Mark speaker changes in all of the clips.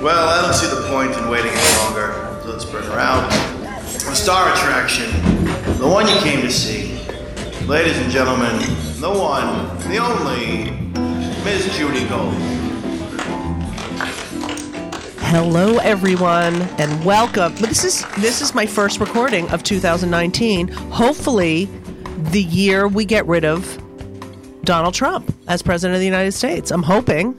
Speaker 1: Well, I don't see the point in waiting any longer. So let's bring her out. The star attraction, the one you came to see. Ladies and gentlemen, the one, the only, Miss Judy Gold.
Speaker 2: Hello, everyone, and welcome. But this is this is my first recording of 2019. Hopefully, the year we get rid of Donald Trump as president of the United States. I'm hoping.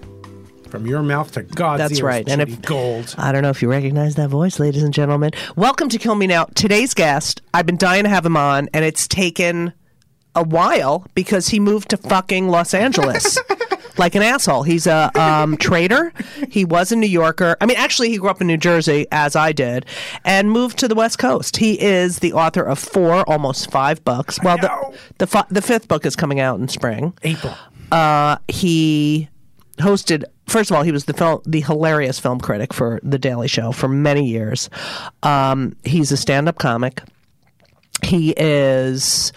Speaker 3: From your mouth to God's
Speaker 2: That's
Speaker 3: ears,
Speaker 2: right. And
Speaker 3: Judy
Speaker 2: if-
Speaker 3: gold.
Speaker 2: I don't know if you recognize that voice, ladies and gentlemen. Welcome to Kill Me Now. Today's guest, I've been dying to have him on, and it's taken a while because he moved to fucking Los Angeles. Like an asshole. He's a um, trader. He was a New Yorker. I mean, actually, he grew up in New Jersey, as I did, and moved to the West Coast. He is the author of four, almost five books. Well, the,
Speaker 3: know.
Speaker 2: the, fi- the fifth book is coming out in spring
Speaker 3: April.
Speaker 2: he hosted first of all he was the film the hilarious film critic for the daily show for many years um, he's a stand-up comic he is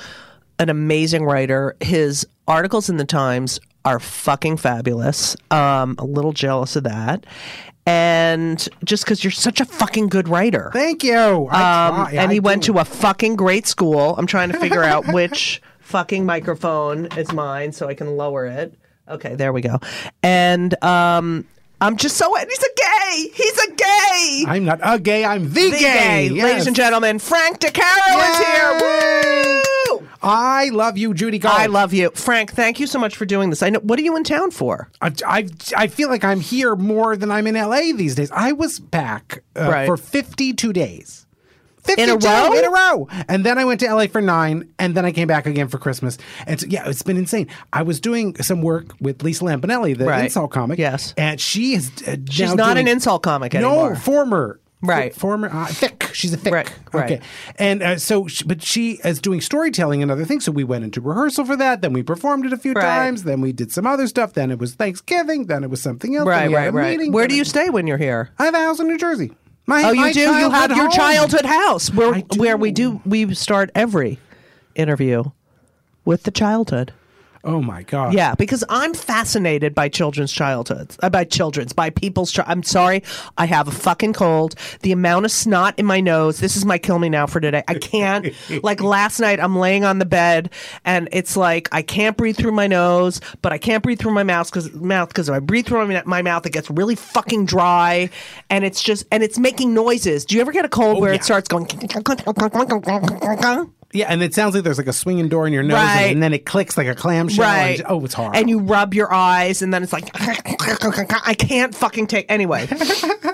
Speaker 2: an amazing writer his articles in the times are fucking fabulous um, a little jealous of that and just because you're such a fucking good writer
Speaker 3: Thank you.
Speaker 2: um, and he went to a fucking great school. I'm trying to figure out which fucking microphone is mine so I can lower it. Okay, there we go. And um, I'm just so. He's a gay. He's a gay.
Speaker 3: I'm not a gay. I'm the,
Speaker 2: The gay. Ladies and gentlemen, Frank DeCaro is here.
Speaker 3: Oh.
Speaker 2: Woo!
Speaker 3: I love you, Judy Gold.
Speaker 2: I love you, Frank. Thank you so much for doing this. I know. What are you in town for?
Speaker 3: I, I, I feel like I'm here more than I'm in LA these days. I was back uh,
Speaker 2: Right.
Speaker 3: for 52 days.
Speaker 2: In a
Speaker 3: 52
Speaker 2: row?
Speaker 3: In a row. And then I went to LA for nine, and then I came back again for Christmas. And so, yeah, it's been insane. I was doing some work with Lisa Lampanelli, the
Speaker 2: Right.
Speaker 3: insult comic.
Speaker 2: Yes.
Speaker 3: And she is. Uh,
Speaker 2: She's
Speaker 3: now
Speaker 2: not
Speaker 3: doing-
Speaker 2: an insult comic
Speaker 3: No,
Speaker 2: anymore.
Speaker 3: former.
Speaker 2: Right.
Speaker 3: F- former. Uh, thick. She's a thick.
Speaker 2: Right, right.
Speaker 3: Okay. And uh, so, sh but she is doing storytelling and other things. So we went into rehearsal for that. Then we performed it a few
Speaker 2: Right.
Speaker 3: times. Then we did some other stuff. Then it was Thanksgiving. Then it was something else. then
Speaker 2: right,
Speaker 3: we had
Speaker 2: right,
Speaker 3: a
Speaker 2: right.
Speaker 3: meeting.
Speaker 2: Where
Speaker 3: Then
Speaker 2: do
Speaker 3: it-
Speaker 2: you stay when you're here?
Speaker 3: I have a house in New Jersey. My,
Speaker 2: Oh, you
Speaker 3: my
Speaker 2: do. You have your
Speaker 3: home.
Speaker 2: childhood house where
Speaker 3: I do.
Speaker 2: where we do we start every interview with the childhood.
Speaker 3: Oh my god.
Speaker 2: Yeah, because I'm fascinated by children's childhoods, uh, by children's, by people's. Chi- I'm sorry, I have a fucking cold. The amount of snot in my nose. This is my kill me now for today. I can't. like last night, I'm laying on the bed, and it's like I can't breathe through my nose, but I can't breathe through my mouth because mouth because if I breathe through my, my mouth, it gets really fucking dry, and it's just and it's making noises. Do you ever get a cold where
Speaker 3: yeah.
Speaker 2: it starts going?
Speaker 3: Yeah. And it sounds like there's like a swinging door in your nose,
Speaker 2: Right.
Speaker 3: and, then it clicks like a clamshell.
Speaker 2: Right.
Speaker 3: And, oh, it's horrible.
Speaker 2: And you rub your eyes, and then it's like, I can't fucking take. Anyway,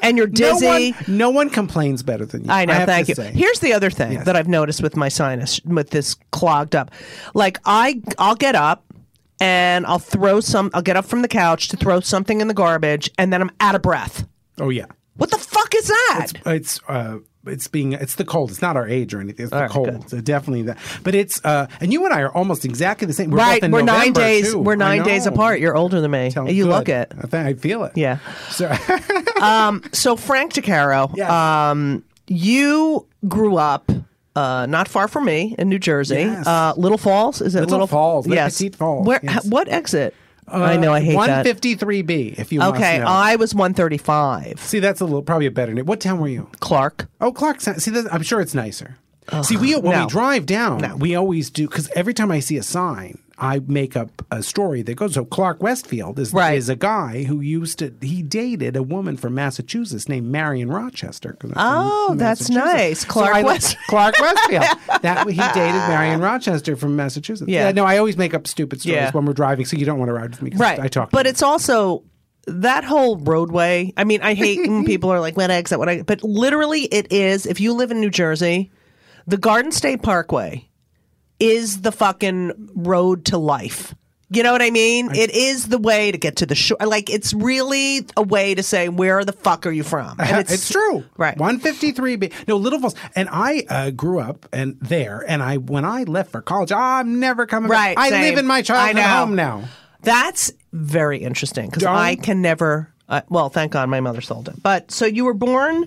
Speaker 2: and you're
Speaker 3: no
Speaker 2: dizzy.
Speaker 3: one, no one complains better than you.
Speaker 2: I know.
Speaker 3: have
Speaker 2: thank
Speaker 3: to
Speaker 2: you.
Speaker 3: say.
Speaker 2: Here's the other thing
Speaker 3: Yes.
Speaker 2: that I've noticed with my sinus, with this clogged up. Like I, I'll get up and I'll throw some. I'll get up from the couch to throw something in the garbage, and then I'm out of breath.
Speaker 3: Oh yeah.
Speaker 2: What the fuck is that?
Speaker 3: it's uh it's being it's the cold. It's not our age or anything. It's the
Speaker 2: right,
Speaker 3: cold.
Speaker 2: good.
Speaker 3: So definitely that. But it's uh and you and I are almost exactly the same. We're
Speaker 2: right,
Speaker 3: both in
Speaker 2: we're nine
Speaker 3: November,
Speaker 2: days.
Speaker 3: too.
Speaker 2: We're
Speaker 3: I
Speaker 2: nine days
Speaker 3: know.
Speaker 2: apart. You're older than me.
Speaker 3: Tell-
Speaker 2: you
Speaker 3: good.
Speaker 2: look it.
Speaker 3: I, think, I feel it.
Speaker 2: Yeah.
Speaker 3: So
Speaker 2: So Frank DeCaro,
Speaker 3: Yes.
Speaker 2: um, you grew up uh, not far from me in New Jersey,
Speaker 3: Yes.
Speaker 2: uh, Little Falls. Is it
Speaker 3: Little Falls, Les
Speaker 2: Yes,
Speaker 3: Petites Falls,
Speaker 2: Where,
Speaker 3: yes. Uh,
Speaker 2: h- What exit? I know I hate
Speaker 3: one
Speaker 2: that.
Speaker 3: fifty three B. If you want
Speaker 2: Okay,
Speaker 3: to know.
Speaker 2: I was one thirty-five.
Speaker 3: see that's a little probably a better name. What town were you?
Speaker 2: Clark.
Speaker 3: Oh, clock. sound- See, that, I'm sure it's nicer. see, we when
Speaker 2: no.
Speaker 3: we drive down, we always do because every time I see a sign, I make up a story that goes. So Clark Westfield is
Speaker 2: Right.
Speaker 3: is a guy who used to he dated a woman from Massachusetts named Marion Rochester. 'cause I'm from
Speaker 2: Oh, that's
Speaker 3: Massachusetts.
Speaker 2: nice.
Speaker 3: So
Speaker 2: Clark
Speaker 3: I like
Speaker 2: West-
Speaker 3: Clark Westfield. that he dated Marion Rochester from Massachusetts.
Speaker 2: Yeah.
Speaker 3: no, I always make up stupid stories
Speaker 2: Yeah.
Speaker 3: when we're driving, so you don't want to ride with me. 'cause
Speaker 2: Right.
Speaker 3: I talk.
Speaker 2: but
Speaker 3: too
Speaker 2: it's also that whole roadway. I mean, I hate when people are like, "What exit? What?" I, but literally, it is. If you live in New Jersey, the Garden State Parkway is the fucking road to life. You know what I mean? it is the way to get to the shore. Like, it's really a way to say, "Where the fuck are you from?" And
Speaker 3: it's, true.
Speaker 2: right?
Speaker 3: 153 B. No, Little Falls. And I uh, grew up and there. And I when I left for college, I'm never coming
Speaker 2: Right,
Speaker 3: back. I
Speaker 2: same.
Speaker 3: live in my childhood
Speaker 2: I know.
Speaker 3: home now.
Speaker 2: That's very interesting because
Speaker 3: Darn.
Speaker 2: I can never. Uh, well, thank God my mother sold it. But so you were born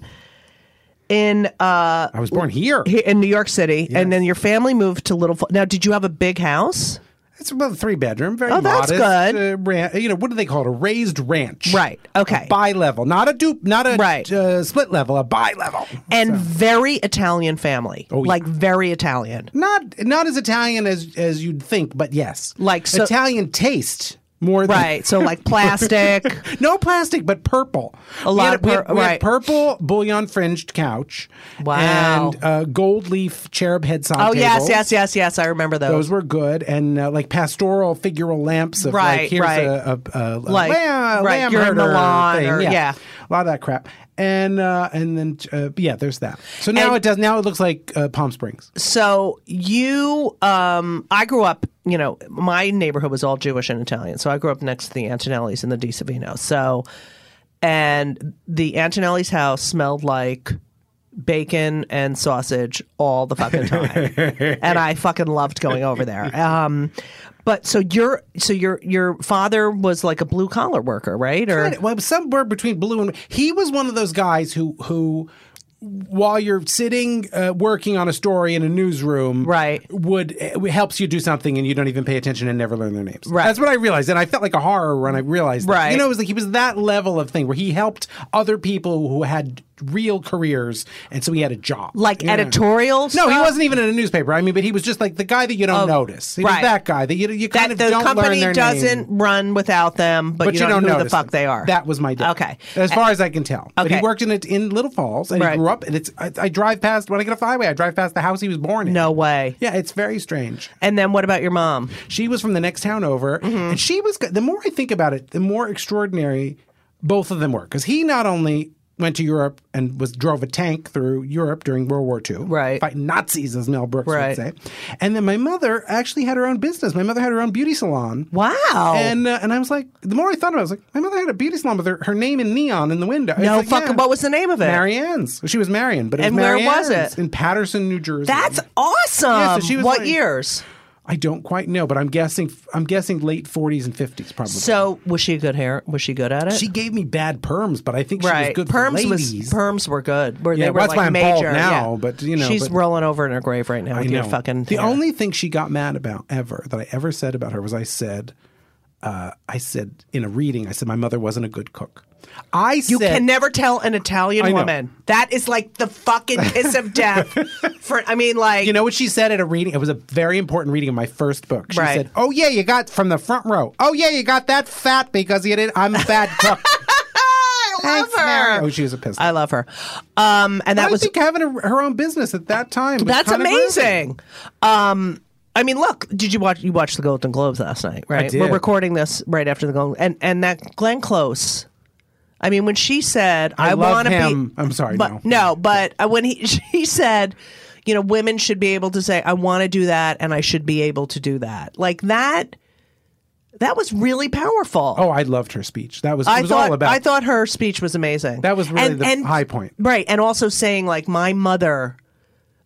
Speaker 2: in uh,
Speaker 3: I was born here.
Speaker 2: he- in New York City, and then your family moved to Little. Fal- Now, did you have a big house?
Speaker 3: It's about a three bedroom, very
Speaker 2: Oh, that's
Speaker 3: modest.
Speaker 2: good.
Speaker 3: Uh, ran- you know, what do they call it? A raised ranch.
Speaker 2: Right, okay.
Speaker 3: Bi level, not a dupe, not a
Speaker 2: Right.
Speaker 3: uh, split level, a bi level.
Speaker 2: and very Italian family.
Speaker 3: Oh, yeah.
Speaker 2: Like very Italian.
Speaker 3: Not not as Italian as as you'd think, but yes,
Speaker 2: Like, so-
Speaker 3: Italian taste more than
Speaker 2: Right. So like plastic.
Speaker 3: No plastic, but purple.
Speaker 2: A
Speaker 3: We
Speaker 2: lot
Speaker 3: had
Speaker 2: of
Speaker 3: we had-
Speaker 2: pur-
Speaker 3: we had
Speaker 2: right.
Speaker 3: purple bullion fringed couch.
Speaker 2: Wow.
Speaker 3: And uh, gold leaf cherub head side.
Speaker 2: oh yes, yes, yes, yes. I remember those.
Speaker 3: Those were good, and uh, like pastoral figural lamps of
Speaker 2: Right,
Speaker 3: like here's
Speaker 2: right.
Speaker 3: a, a, a, a
Speaker 2: Like,
Speaker 3: lamb,
Speaker 2: right,
Speaker 3: lamb
Speaker 2: you're in
Speaker 3: herder
Speaker 2: Milan
Speaker 3: thing.
Speaker 2: or-
Speaker 3: yeah.
Speaker 2: yeah.
Speaker 3: a lot of that crap, and uh, and then uh, yeah, there's that. So now
Speaker 2: And-
Speaker 3: it does. Now it looks like uh, Palm Springs.
Speaker 2: So you, um, I grew up. You know, my neighborhood was all Jewish and Italian. So I grew up next to the Antonellis and the DiSavino. So, and the Antonelli's house smelled like bacon and sausage all the fucking time, and I fucking loved going over there. Um, but so your so your your father was like a blue collar worker, right? Or
Speaker 3: Well, somewhere between blue and he was one of those guys who who while you're sitting uh, working on a story in a newsroom,
Speaker 2: Right.
Speaker 3: would it helps you do something and you don't even pay attention and never learn their names.
Speaker 2: Right.
Speaker 3: That's what I realized, and I felt like a horror when I realized. that.
Speaker 2: Right.
Speaker 3: You know, it was like he was that level of thing where he helped other people who had real careers, and so he had a job.
Speaker 2: like
Speaker 3: Yeah.
Speaker 2: editorial?
Speaker 3: No, he
Speaker 2: stuff? Oh.
Speaker 3: wasn't even in a newspaper. I mean, but he was just like the guy that you don't notice. He was
Speaker 2: right.
Speaker 3: that guy that you you
Speaker 2: that
Speaker 3: kind of
Speaker 2: the
Speaker 3: don't learn
Speaker 2: company
Speaker 3: their
Speaker 2: doesn't
Speaker 3: name
Speaker 2: run without them, but,
Speaker 3: but
Speaker 2: you, don't, know who the
Speaker 3: notice
Speaker 2: fuck
Speaker 3: them.
Speaker 2: they are.
Speaker 3: That was my dad.
Speaker 2: Okay.
Speaker 3: as far as I can tell. But he
Speaker 2: Okay.
Speaker 3: worked in it in Little Falls, and
Speaker 2: Right.
Speaker 3: he grew up. And it's I, I drive past when I get off the highway. I drive past the house he was born in.
Speaker 2: No way.
Speaker 3: Yeah, it's very strange.
Speaker 2: And then what about your mom?
Speaker 3: She was from the next town over,
Speaker 2: Mm-hmm.
Speaker 3: and she was. The more I think about it, the more extraordinary both of them were. Because he not only went to Europe and was drove a tank through Europe during World War II,
Speaker 2: Right.
Speaker 3: Fighting Nazis, as Mel Brooks
Speaker 2: Right.
Speaker 3: would say. And then my mother actually had her own business. My mother had her own beauty salon.
Speaker 2: Wow.
Speaker 3: And uh, and I was like, the more I thought about it, I was like, my mother had a beauty salon with her, her name in neon in the window. It's
Speaker 2: No
Speaker 3: like,
Speaker 2: fucking- what was the name of it?
Speaker 3: Marianne's. She was Marion, but it
Speaker 2: And
Speaker 3: was
Speaker 2: where was
Speaker 3: Marianne's
Speaker 2: it?
Speaker 3: In Patterson, New Jersey.
Speaker 2: That's awesome.
Speaker 3: Yeah, so she was
Speaker 2: what
Speaker 3: like-
Speaker 2: years?
Speaker 3: I don't quite know, but I'm guessing I'm guessing late 40s and 50s probably.
Speaker 2: So was she a good hair? Was she good at it?
Speaker 3: she gave me bad perms, but I think she
Speaker 2: right.
Speaker 3: was good
Speaker 2: perms
Speaker 3: for
Speaker 2: was
Speaker 3: ladies.
Speaker 2: perms were good. Where
Speaker 3: Yeah,
Speaker 2: they were
Speaker 3: that's
Speaker 2: like
Speaker 3: why I'm
Speaker 2: major.
Speaker 3: bald now,
Speaker 2: yeah.
Speaker 3: but, you know,
Speaker 2: she's
Speaker 3: but-
Speaker 2: rolling over in her grave right now
Speaker 3: I
Speaker 2: with your
Speaker 3: know.
Speaker 2: fucking.
Speaker 3: the
Speaker 2: hair.
Speaker 3: only thing she got mad about ever that I ever said about her was I said, uh, I said in a reading, I said my mother wasn't a good cook. I
Speaker 2: You
Speaker 3: said,
Speaker 2: can never tell an
Speaker 3: I
Speaker 2: Italian
Speaker 3: know.
Speaker 2: woman. That is like the fucking kiss of death. For I mean, like
Speaker 3: You know what she said at a reading? It was a very important reading of my first book. She
Speaker 2: Right.
Speaker 3: said, "Oh yeah, you got from the front row. Oh yeah, you got that fat because you did. I'm a bad cook.
Speaker 2: Ah, I love
Speaker 3: Thanks,
Speaker 2: her.
Speaker 3: Mary. Oh, she was a piss.
Speaker 2: I love her. Um, and that
Speaker 3: I
Speaker 2: was
Speaker 3: think having a, her own business at that time. Was
Speaker 2: That's
Speaker 3: kind of
Speaker 2: amazing. Um, I mean, look, did you watch? You watched the Golden Globes last night, right?
Speaker 3: did.
Speaker 2: We're recording this right after the Golden, and and that Glenn Close. I mean, when she said, "I,
Speaker 3: I love
Speaker 2: want to be,"
Speaker 3: him. I'm sorry,
Speaker 2: but
Speaker 3: no.
Speaker 2: but uh, when he she said, you know, women should be able to say, "I want to do that," and I should be able to do that, like that. That was really powerful.
Speaker 3: Oh, I loved her speech. That was.
Speaker 2: I
Speaker 3: it was
Speaker 2: thought
Speaker 3: all about.
Speaker 2: I thought her speech was amazing.
Speaker 3: That was really the high point.
Speaker 2: right? And also saying like my mother,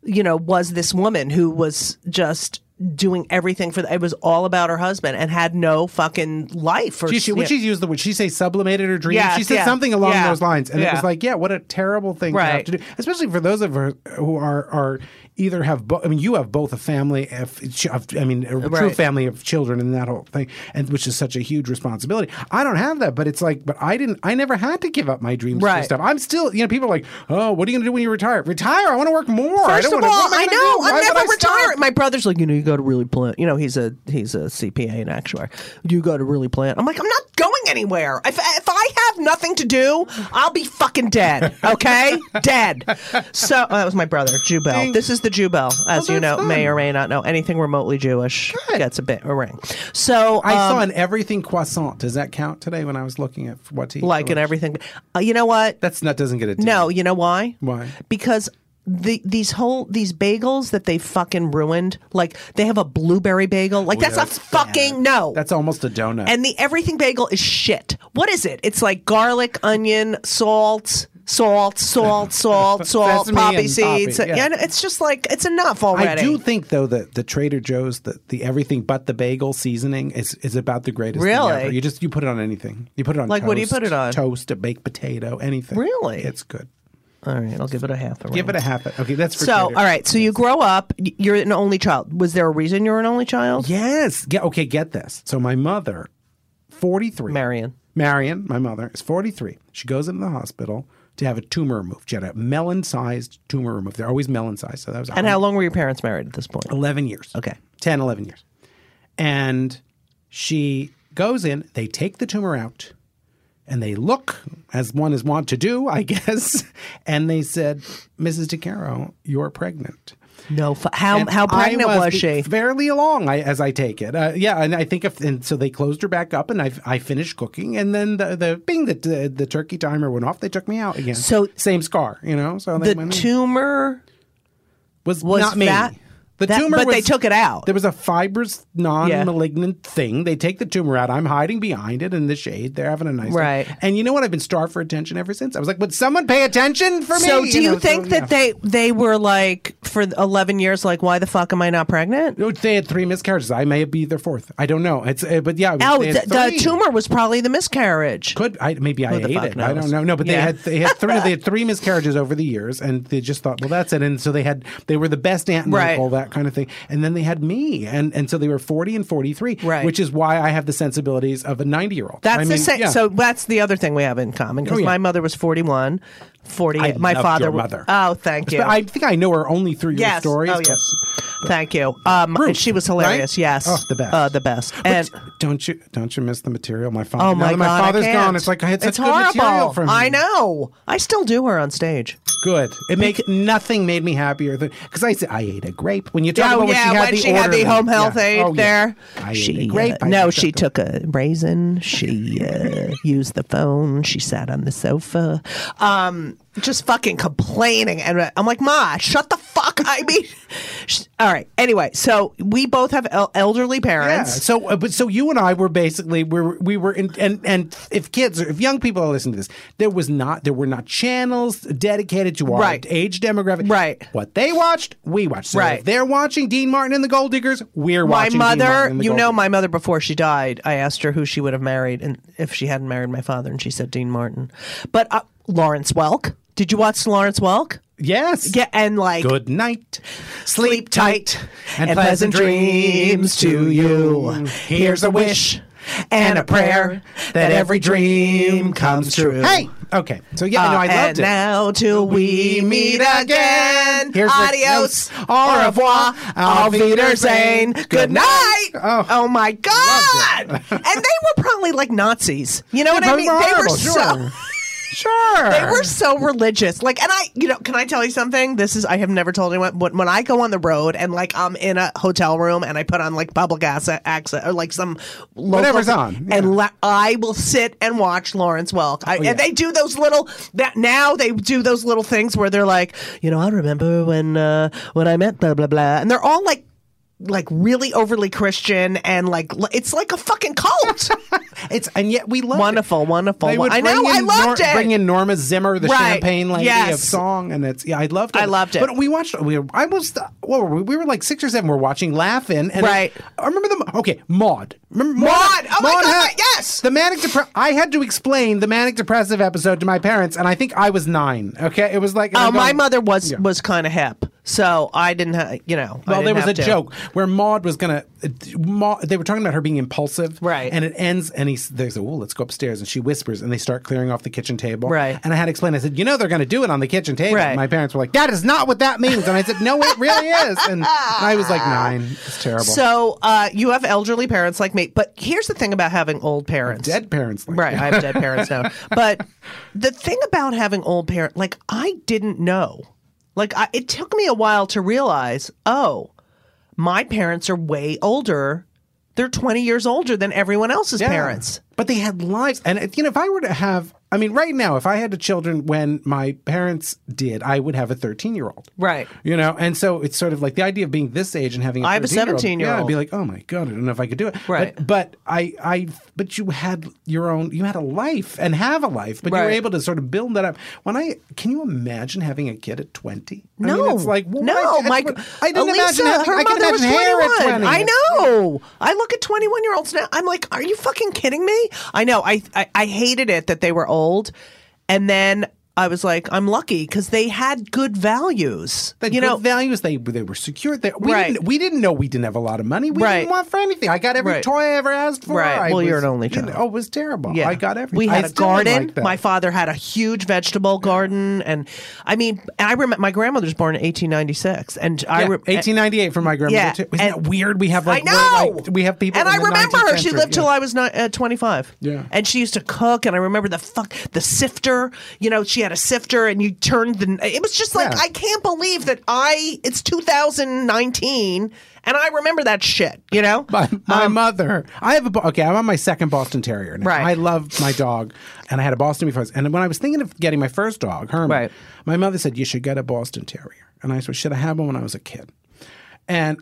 Speaker 2: you know, was this woman who was just doing everything for the, it was all about her husband and had no fucking life or
Speaker 3: She, she, what
Speaker 2: yeah.
Speaker 3: she used the word, she say sublimated her dreams.
Speaker 2: Yes,
Speaker 3: she said
Speaker 2: yeah.
Speaker 3: something along
Speaker 2: Yeah.
Speaker 3: those lines, and
Speaker 2: Yeah.
Speaker 3: it was like, yeah, what a terrible thing to
Speaker 2: Right.
Speaker 3: have to do, especially for those of her who are are either have. Bo- I mean, you have both a family, of, of- I mean, a true
Speaker 2: Right.
Speaker 3: family of children, and that whole thing, and which is such a huge responsibility. I don't have that, but it's like, but I didn't, I never had to give up my dreams
Speaker 2: Right.
Speaker 3: for stuff. I'm still, you know, people are like, oh, what are you going to do when you retire? Retire? I want to work more. I
Speaker 2: First
Speaker 3: don't
Speaker 2: of
Speaker 3: wanna-
Speaker 2: all,
Speaker 3: what am
Speaker 2: I
Speaker 3: gonna
Speaker 2: know
Speaker 3: do? Why
Speaker 2: I'm
Speaker 3: would
Speaker 2: never
Speaker 3: I stop?
Speaker 2: retiring. My brother's like, you know, you got to really plan. You know, he's a he's a CPA and actuary. You got to really plan. I'm like, I'm not going anywhere. If, if I have nothing to do, I'll be fucking dead. Okay, dead. So oh, that was my brother, Jubel. This is the Jubel, as you
Speaker 3: Oh, that's
Speaker 2: know,
Speaker 3: fun.
Speaker 2: may or may not know. Anything remotely Jewish gets a bit a ring. So
Speaker 3: I
Speaker 2: um,
Speaker 3: saw an everything croissant. Does that count today? When I was looking at what to eat,
Speaker 2: like
Speaker 3: for
Speaker 2: in
Speaker 3: lunch?
Speaker 2: everything. Uh, you know what?
Speaker 3: That's that doesn't get it.
Speaker 2: No, you know why?
Speaker 3: Why?
Speaker 2: Because the, these whole these bagels that they fucking ruined, like they have a blueberry bagel, like that's,
Speaker 3: Oh, that's
Speaker 2: a fucking no.
Speaker 3: That's almost a donut.
Speaker 2: and the everything bagel is shit. What is it? It's like garlic, onion, salt, salt, salt, salt, salt,
Speaker 3: Sesame
Speaker 2: poppy
Speaker 3: and poppy,
Speaker 2: seeds.
Speaker 3: yeah.
Speaker 2: yeah. I know, it's just like it's enough already.
Speaker 3: I do think though that the Trader Joe's the, the everything but the bagel seasoning is, is about the greatest. thing
Speaker 2: Really?
Speaker 3: ever. you just you put it on anything. You put it on
Speaker 2: Like, what do you
Speaker 3: toast,
Speaker 2: put it on?
Speaker 3: Toast, a baked potato, anything.
Speaker 2: Really?
Speaker 3: it's good.
Speaker 2: All right, I'll give it a half. A
Speaker 3: Give
Speaker 2: round.
Speaker 3: it a half. Okay, that's for
Speaker 2: So, all
Speaker 3: Twitter.
Speaker 2: right. So you grow up. y- You're an only child. Was there a reason you were an only child?
Speaker 3: Yes. Get, okay, get this. So my mother, 43.
Speaker 2: Marion.
Speaker 3: Marion, my mother, is 43. She goes into the hospital to have a tumor removed. She had a melon-sized tumor removed. They're always melon-sized. So that was
Speaker 2: And how long were your parents married at this point?
Speaker 3: 11 years.
Speaker 2: Okay.
Speaker 3: 10, 11 years. And she goes in, they take the tumor out, and they look, as one is wont to do, I guess, and they said, Mrs. DeCaro, you're pregnant.
Speaker 2: No. F- how
Speaker 3: And
Speaker 2: how pregnant
Speaker 3: I
Speaker 2: was, she?
Speaker 3: Fairly long, I, as I take it. Uh, yeah, and I think if, and so they closed her back up, and I, I finished cooking, and then the the bing the, the the turkey timer went off. They took me out again.
Speaker 2: So-
Speaker 3: same scar, you know. So they
Speaker 2: The
Speaker 3: went in.
Speaker 2: tumor.
Speaker 3: was,
Speaker 2: was
Speaker 3: not me.
Speaker 2: that-
Speaker 3: the
Speaker 2: that-
Speaker 3: tumor,
Speaker 2: but they
Speaker 3: was-
Speaker 2: took it out.
Speaker 3: There was a fibrous, non-malignant thing. They take the tumor out. I'm hiding behind it in the shade. They're having a nice time.
Speaker 2: Right.
Speaker 3: And you know what? I've been starved for attention ever since. I was like, would someone pay attention for me?
Speaker 2: So do you,
Speaker 3: know, so,
Speaker 2: think
Speaker 3: yeah.
Speaker 2: that they they were like for 11 years like why the fuck am I not pregnant?
Speaker 3: No, They had three miscarriages. I may be their fourth. I don't know. It's uh, but yeah. it was-
Speaker 2: Oh,
Speaker 3: they
Speaker 2: the,
Speaker 3: had
Speaker 2: the
Speaker 3: three.
Speaker 2: tumor was probably the miscarriage.
Speaker 3: Could I? Maybe I
Speaker 2: the
Speaker 3: ate
Speaker 2: fuck
Speaker 3: it. I
Speaker 2: knows?
Speaker 3: don't know. No, but they
Speaker 2: Yeah.
Speaker 3: had they had three they had three miscarriages over the years, and they just thought, well, that's it. And so they had they were the best aunt and
Speaker 2: Right.
Speaker 3: uncle, that kind of thing. And then they had me, and and so they were forty and forty three,
Speaker 2: Right.
Speaker 3: which is why I have the sensibilities of a ninety year old.
Speaker 2: That's the same. So that's the other thing we have in common because
Speaker 3: Oh, yeah.
Speaker 2: my mother was 41, 40.
Speaker 3: I
Speaker 2: my
Speaker 3: loved
Speaker 2: father.
Speaker 3: your
Speaker 2: wa-
Speaker 3: mother.
Speaker 2: Oh, thank you.
Speaker 3: I think I know her only through your
Speaker 2: yes.
Speaker 3: stories.
Speaker 2: oh,
Speaker 3: but-
Speaker 2: yes. Thank you. Um,
Speaker 3: Ruth,
Speaker 2: she was hilarious.
Speaker 3: right?
Speaker 2: Yes.
Speaker 3: Oh, the best.
Speaker 2: Uh, the best. And
Speaker 3: Don't you don't you miss the material? My father.
Speaker 2: oh
Speaker 3: now
Speaker 2: my
Speaker 3: that
Speaker 2: god,
Speaker 3: my
Speaker 2: I
Speaker 3: father's
Speaker 2: can't.
Speaker 3: gone. It's like I had such
Speaker 2: it's
Speaker 3: good
Speaker 2: horrible.
Speaker 3: material from.
Speaker 2: I
Speaker 3: you.
Speaker 2: know. I still do her on stage.
Speaker 3: Good. It make nothing made me happier than because I said I ate a grape when you talk
Speaker 2: oh
Speaker 3: about
Speaker 2: yeah,
Speaker 3: when she had
Speaker 2: when
Speaker 3: the
Speaker 2: she had
Speaker 3: order
Speaker 2: the
Speaker 3: in.
Speaker 2: home
Speaker 3: Yeah.
Speaker 2: health aid
Speaker 3: Oh, yeah.
Speaker 2: there,
Speaker 3: I ate
Speaker 2: she
Speaker 3: a grape.
Speaker 2: uh,
Speaker 3: I
Speaker 2: no,
Speaker 3: ate
Speaker 2: she
Speaker 3: a-
Speaker 2: took a raisin. She uh, used the phone. She sat on the sofa, um, just fucking complaining. And uh, I'm like, Ma, shut the fuck. I mean, sh all right. Anyway, so we both have el- elderly
Speaker 3: Yeah.
Speaker 2: parents.
Speaker 3: So, uh, but so you and I were basically we were, we were in, and and if kids or if young people are listening to this, there was not there were not channels dedicated to our
Speaker 2: Right.
Speaker 3: age demographic.
Speaker 2: Right.
Speaker 3: What they watched, we watched. So
Speaker 2: Right.
Speaker 3: If they're watching Dean Martin and the Gold Diggers. We're
Speaker 2: my
Speaker 3: watching Dean Martin
Speaker 2: mother,
Speaker 3: and the
Speaker 2: you
Speaker 3: Gold
Speaker 2: know,
Speaker 3: Diggers.
Speaker 2: my mother before she died, I asked her who she would have married and if she hadn't married my father, and she said Dean Martin. But uh, Lawrence Welk. Did you watch Lawrence Welk?
Speaker 3: Yes.
Speaker 2: Yeah, and like
Speaker 3: Good night.
Speaker 2: Sleep tight and pleasant dreams to you. Here's a wish and a prayer that every dream comes true.
Speaker 3: Hey. Okay. So yeah, no, I
Speaker 2: Uh,
Speaker 3: loved
Speaker 2: and
Speaker 3: it.
Speaker 2: now till we meet again.
Speaker 3: Here's the-
Speaker 2: Adios.
Speaker 3: Au
Speaker 2: Au
Speaker 3: revoir.
Speaker 2: revoir. Auf Wiedersehen.
Speaker 3: Good
Speaker 2: Good night.
Speaker 3: Oh.
Speaker 2: Oh, my God. and they were probably like Nazis. You know what I mean? They were
Speaker 3: Horrible,
Speaker 2: so.
Speaker 3: sure. sure.
Speaker 2: They were so religious. Like, and I, you know, can I tell you something? This is, I have never told anyone, but when I go on the road and like I'm in a hotel room and I put on like public access, access or like some local,
Speaker 3: Whatever's on, yeah. Oh,
Speaker 2: and la- I will sit and watch Lawrence Welk. I,
Speaker 3: yeah.
Speaker 2: And they do those little, that now they do those little things where they're like, you know, I remember when, uh, when I met blah, blah, blah. And they're all like, like really overly Christian and like l- it's like a fucking cult.
Speaker 3: It's and yet we love
Speaker 2: wonderful, wonderful.
Speaker 3: They
Speaker 2: won-
Speaker 3: would
Speaker 2: I know.
Speaker 3: bring
Speaker 2: I
Speaker 3: in
Speaker 2: loved
Speaker 3: Nor-
Speaker 2: it.
Speaker 3: Bring in Norma Zimmer, the
Speaker 2: Right.
Speaker 3: champagne lady of
Speaker 2: Yes.
Speaker 3: song, and it's yeah, I loved it.
Speaker 2: I loved it.
Speaker 3: But we watched. We were, I was. What were we? We were like six or seven. We're watching Laughing. And
Speaker 2: Right.
Speaker 3: I remember the okay Maud. Remember
Speaker 2: Maude! Oh my God,
Speaker 3: had-
Speaker 2: yes!
Speaker 3: The manic depressive. I had to explain the manic depressive episode to my parents, and I think I was nine. Okay, it was like and
Speaker 2: Oh,
Speaker 3: I'm
Speaker 2: my
Speaker 3: going-
Speaker 2: mother was
Speaker 3: Yeah.
Speaker 2: was kind of hip, so I didn't have you know. I
Speaker 3: Well, there
Speaker 2: didn't
Speaker 3: was a
Speaker 2: have to.
Speaker 3: joke where Maud was gonna. Uh, Maud, they were talking about her being impulsive,
Speaker 2: Right.
Speaker 3: And it ends, and he's they say, "Oh, let's go upstairs," and she whispers, and they start clearing off the kitchen table,
Speaker 2: Right.
Speaker 3: And I had to explain. I said, "You know, they're gonna do it on the kitchen table."
Speaker 2: Right.
Speaker 3: My parents were like, "That is not what that means," and I said, "No, it really is." And I was like nine. It's terrible.
Speaker 2: So uh, you have elderly parents like me, but here's the thing about having old parents.
Speaker 3: Dead parents, like
Speaker 2: Right, I have dead parents now. But the thing about having old parents, like I didn't know. Like I, it took me a while to realize, oh, my parents are way older. They're 20 years older than everyone else's
Speaker 3: Yeah.
Speaker 2: parents.
Speaker 3: But they had lives. And, if- you know, if I were to have, I mean, right now, if I had the children when my parents did, I would have a 13 year old.
Speaker 2: Right.
Speaker 3: You know, and so it's sort of like the idea of being this age and having a
Speaker 2: I have a
Speaker 3: 13-year-old,
Speaker 2: 17-year-old.
Speaker 3: Yeah, I'd be like, oh my God, I don't know if I could do it.
Speaker 2: Right.
Speaker 3: But, but I, I, but you had your own, you had a life and have a life, but you were
Speaker 2: Right.
Speaker 3: able to sort of build that up. When I, can you imagine having a kid at 20?
Speaker 2: No,
Speaker 3: I mean, it's like,
Speaker 2: no,
Speaker 3: well, I,
Speaker 2: my,
Speaker 3: I didn't
Speaker 2: Elisa,
Speaker 3: imagine having,
Speaker 2: her
Speaker 3: I can
Speaker 2: mother was
Speaker 3: imagine hair at
Speaker 2: 21.
Speaker 3: 20.
Speaker 2: I know. I look at twenty-one year olds now. I'm like, are you fucking kidding me? I know. I, I I hated it that they were old, and then I was like, I'm lucky because they had good values.
Speaker 3: They
Speaker 2: you
Speaker 3: put
Speaker 2: know,
Speaker 3: values. They they were secured. They, we,
Speaker 2: Right.
Speaker 3: didn't, we didn't know we didn't have a lot of money. We
Speaker 2: Right.
Speaker 3: didn't want for anything. I got every
Speaker 2: Right.
Speaker 3: toy I ever asked for.
Speaker 2: Right.
Speaker 3: I
Speaker 2: Well, you're an only
Speaker 3: you know,
Speaker 2: child.
Speaker 3: oh, it was terrible.
Speaker 2: Yeah.
Speaker 3: I got everything.
Speaker 2: We
Speaker 3: I
Speaker 2: had a
Speaker 3: still don't
Speaker 2: garden.
Speaker 3: like that.
Speaker 2: my father had a huge vegetable garden, and I mean, I remember my grandmother was born in 1896, and I
Speaker 3: Yeah,
Speaker 2: re-
Speaker 3: 1898 for my grandmother.
Speaker 2: Yeah,
Speaker 3: Too. Isn't
Speaker 2: and-
Speaker 3: that weird? We have like
Speaker 2: I know.
Speaker 3: we're, like, we have people.
Speaker 2: and
Speaker 3: in
Speaker 2: I
Speaker 3: the
Speaker 2: remember
Speaker 3: 19th
Speaker 2: her. She
Speaker 3: century.
Speaker 2: lived
Speaker 3: yeah.
Speaker 2: till I was not, uh, 25.
Speaker 3: Yeah.
Speaker 2: and she used to cook, and I remember the fuck the sifter. You know, she had a sifter, and you turned the. It was just like
Speaker 3: Yeah.
Speaker 2: I can't believe that I. It's 2019, and I remember that shit. You know,
Speaker 3: My, my mother. I have a bo- okay. I'm on my second Boston Terrier now.
Speaker 2: Um, Right.
Speaker 3: I love my dog, and I had a Boston before. And when I was thinking of getting my first dog, Herman,
Speaker 2: Right.
Speaker 3: my mother said you should get a Boston Terrier. And I said, should I have one when I was a kid? And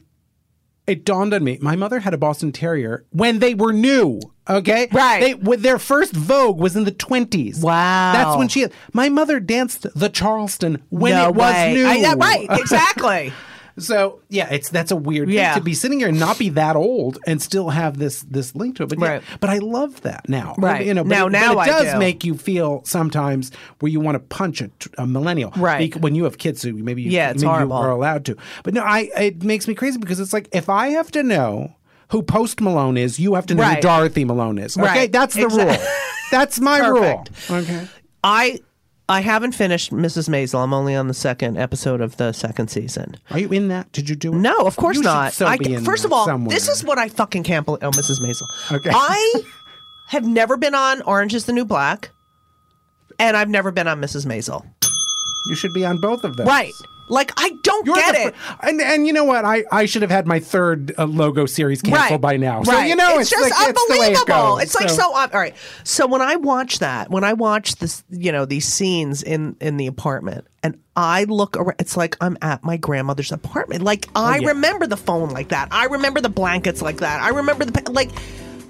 Speaker 3: it dawned on me. My mother had a Boston Terrier when they were new. Okay,
Speaker 2: Right.
Speaker 3: They, with their first Vogue was in the twenties.
Speaker 2: Wow.
Speaker 3: that's when she. My mother danced the Charleston when
Speaker 2: no
Speaker 3: it was
Speaker 2: way.
Speaker 3: new.
Speaker 2: I, yeah, right, exactly.
Speaker 3: So yeah, it's that's a weird
Speaker 2: Yeah.
Speaker 3: thing to be sitting here and not be that old and still have this this link to it. But yeah,
Speaker 2: Right.
Speaker 3: but I love that now.
Speaker 2: Right.
Speaker 3: You know, but
Speaker 2: Now-
Speaker 3: it,
Speaker 2: now
Speaker 3: but
Speaker 2: I
Speaker 3: it does
Speaker 2: do.
Speaker 3: make you feel sometimes where you want to punch a, tr- a millennial.
Speaker 2: Right.
Speaker 3: Bec- when you have kids who maybe you,
Speaker 2: Yeah, it's
Speaker 3: maybe you
Speaker 2: horrible.
Speaker 3: are allowed to. But no, I it makes me crazy because it's like if I have to know who Post Malone is, you have to know
Speaker 2: Right.
Speaker 3: who Dorothy Malone is. Okay,
Speaker 2: Right.
Speaker 3: that's the
Speaker 2: Exact-
Speaker 3: rule. That's my
Speaker 2: Perfect.
Speaker 3: rule. Okay.
Speaker 2: I I haven't finished Mrs. Maisel. I'm only on the second episode of the second season.
Speaker 3: Are you in that? Did you do it?
Speaker 2: No, of course
Speaker 3: You should
Speaker 2: not.
Speaker 3: still
Speaker 2: I,
Speaker 3: be in
Speaker 2: first
Speaker 3: there
Speaker 2: of all,
Speaker 3: somewhere.
Speaker 2: this is what I fucking can't believe. Oh, Mrs. Maisel.
Speaker 3: Okay.
Speaker 2: I have never been on Orange is the New Black, and I've never been on Mrs. Maisel.
Speaker 3: you should be on both of them.
Speaker 2: Right. Like, I don't
Speaker 3: You're
Speaker 2: get
Speaker 3: the
Speaker 2: it.
Speaker 3: fir- and and you know what? I, I should have had my third uh, logo series canceled
Speaker 2: right.
Speaker 3: by now. So
Speaker 2: right.
Speaker 3: you know,
Speaker 2: it's,
Speaker 3: it's,
Speaker 2: just
Speaker 3: like, it's the way it
Speaker 2: unbelievable.
Speaker 3: goes.
Speaker 2: it's like so, ob- all right. So when I watch that, when I watch this, you know, these scenes in in the apartment, and I look around, it's like I'm at my grandmother's apartment. Like I
Speaker 3: Oh, yeah.
Speaker 2: remember the phone like that. I remember the blankets like that. I remember the pa- like.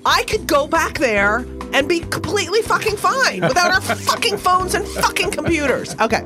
Speaker 2: I could go back there and be completely fucking fine without our fucking phones and fucking computers. Okay.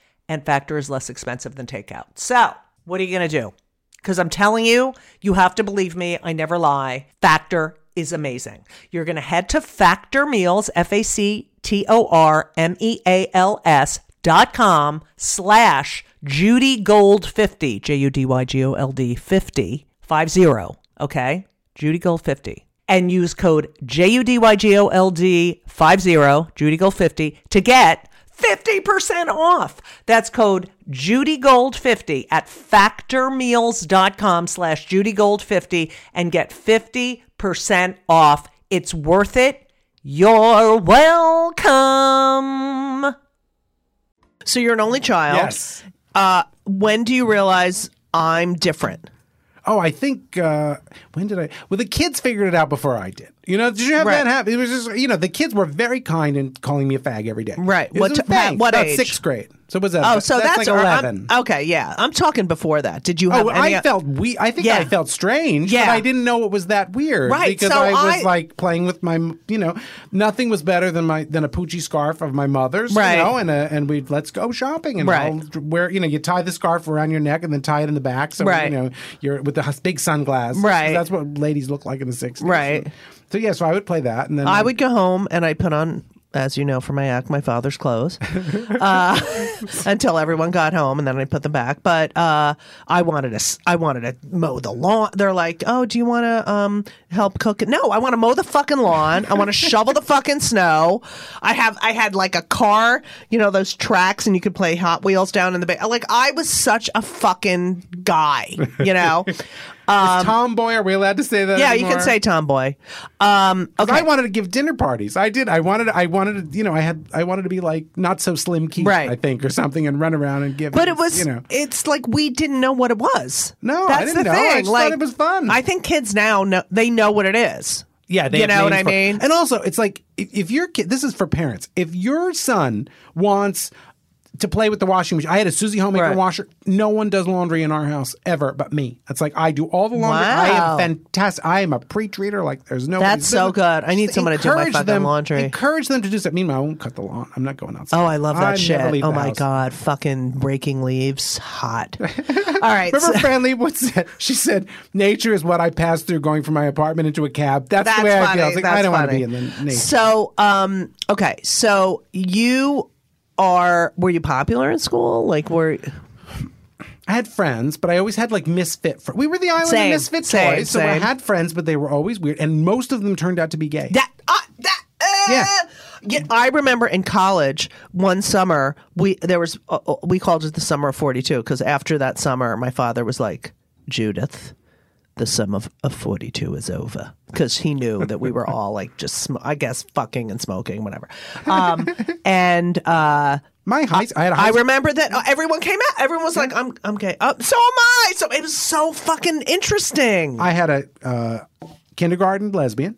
Speaker 4: And Factor is less expensive than takeout. So, what are you going to do? Because I'm telling you, you have to believe me. I never lie. Factor is amazing. You're going to head to Factor Meals, F A C T O R M E A L S dot com slash Judy Gold 50, J U D Y G O L D 50, 50, okay? Judy Gold 50 and use code JUDYGOLD50, JudyGold50, to get 50% off. That's code JudyGold50 at factormeals.com slash JudyGold50 and get 50% off. It's worth it. You're welcome.
Speaker 2: So you're an only child.
Speaker 3: Yes.
Speaker 2: Uh, when do you realize I'm different?
Speaker 3: Oh, I think uh, when did I? Well, the kids figured it out before I did. You know, did you have
Speaker 2: Right.
Speaker 3: that happen? It was just you know the kids were very kind in calling me a fag every day.
Speaker 2: Right.
Speaker 3: It was
Speaker 2: What
Speaker 3: a
Speaker 2: t- what-
Speaker 3: fag.
Speaker 2: what
Speaker 3: About
Speaker 2: age?
Speaker 3: Sixth grade. So was that?
Speaker 2: Oh, so that's,
Speaker 3: like
Speaker 2: around-
Speaker 3: eleven.
Speaker 2: okay, yeah. I'm talking before that. Did you have
Speaker 3: Oh,
Speaker 2: any?
Speaker 3: I felt we. I think
Speaker 2: Yeah.
Speaker 3: I felt strange.
Speaker 2: Yeah.
Speaker 3: but I didn't know it was that weird.
Speaker 2: Right,
Speaker 3: because
Speaker 2: so
Speaker 3: I was
Speaker 2: I-
Speaker 3: like playing with my. You know, nothing was better than my than a poochie scarf of my mother's.
Speaker 2: Right.
Speaker 3: you know, and a, and we'd let's go shopping and
Speaker 2: Right.
Speaker 3: I'll wear. You know, you tie the scarf around your neck and then tie it in the back. So
Speaker 2: Right.
Speaker 3: you know, you're with the hus- big sunglasses.
Speaker 2: Right.
Speaker 3: that's what ladies look like in the sixties.
Speaker 2: Right.
Speaker 3: So, so yeah, so I would play that, and then
Speaker 2: I would go home and I'd put on, as you know, for my act, my father's clothes uh, until everyone got home, and then I'd put them back. But uh, I wanted to, s- I wanted to mow the lawn. They're like, "Oh, do you want to um, help cook?" it?" No, I want to mow the fucking lawn. I want to shovel the fucking snow. I have, I had like a car, you know, those tracks, and you could play Hot Wheels down in the bay. Like I was such a fucking guy, you know.
Speaker 3: Is tomboy. Are we allowed to say that?
Speaker 2: um, yeah, you can
Speaker 3: anymore?
Speaker 2: say tomboy. Um, okay.
Speaker 3: I wanted to give dinner parties. I did. I wanted. I wanted to. You know, I had. I wanted to be like not so slim Keith,
Speaker 2: Right.
Speaker 3: I think, or something, and run around and give.
Speaker 2: But it was,
Speaker 3: You know,
Speaker 2: it's like we didn't know what it was.
Speaker 3: No, I
Speaker 2: that's the
Speaker 3: didn't know. I
Speaker 2: thing.
Speaker 3: just thought
Speaker 2: like
Speaker 3: it was fun.
Speaker 2: I think kids now know they know what it is.
Speaker 3: yeah. They
Speaker 2: you
Speaker 3: have
Speaker 2: know what
Speaker 3: names
Speaker 2: I
Speaker 3: for it.
Speaker 2: mean?
Speaker 3: And also, it's like if, if your kid. This is for parents. If your son wants. To play with the washing machine, I had a Susie homemaker
Speaker 2: Right.
Speaker 3: washer. No one does laundry in our house ever, but me. It's like I do all the laundry. I
Speaker 2: Wow.
Speaker 3: am fantastic. I am a pre-treater. Like there's no.
Speaker 2: That's so good. I need someone to do my fucking
Speaker 3: them,
Speaker 2: laundry.
Speaker 3: Encourage them to do something. I mean, I won't cut the lawn. I'm not going outside.
Speaker 2: Oh, I love that
Speaker 3: never
Speaker 2: shit.
Speaker 3: leave
Speaker 2: Oh
Speaker 3: the
Speaker 2: my
Speaker 3: house.
Speaker 2: god, fucking breaking leaves, hot. All right,
Speaker 3: Remember,
Speaker 2: so-
Speaker 3: Fran Lee once said, she said, nature is what I passed through going from my apartment into a cab. That's,
Speaker 2: that's
Speaker 3: the way I
Speaker 2: funny.
Speaker 3: feel. I was like,
Speaker 2: that's
Speaker 3: I don't
Speaker 2: funny.
Speaker 3: want to be in the nature.
Speaker 2: So, um, okay, so you are were you popular in school? Like, were
Speaker 3: I had friends, but I always had like misfit friends. We were the island
Speaker 2: Same,
Speaker 3: of misfit
Speaker 2: same,
Speaker 3: toys. So I
Speaker 2: same.
Speaker 3: had friends, but they were always weird. And most of them turned out to be gay.
Speaker 2: That uh, that uh,
Speaker 3: Yeah.
Speaker 2: yeah, I remember in college one summer we there was uh, uh, we called it the summer of 42 because after that summer my father was like Judith the sum of, of 42 is over because he knew that we were all like just sm- I guess fucking and smoking whatever um, and uh,
Speaker 3: My high I had a high
Speaker 2: I
Speaker 3: school.
Speaker 2: remember that uh, everyone came out everyone was like I'm I'm gay uh, so am I so it was so fucking interesting
Speaker 3: I had a uh, kindergarten lesbian.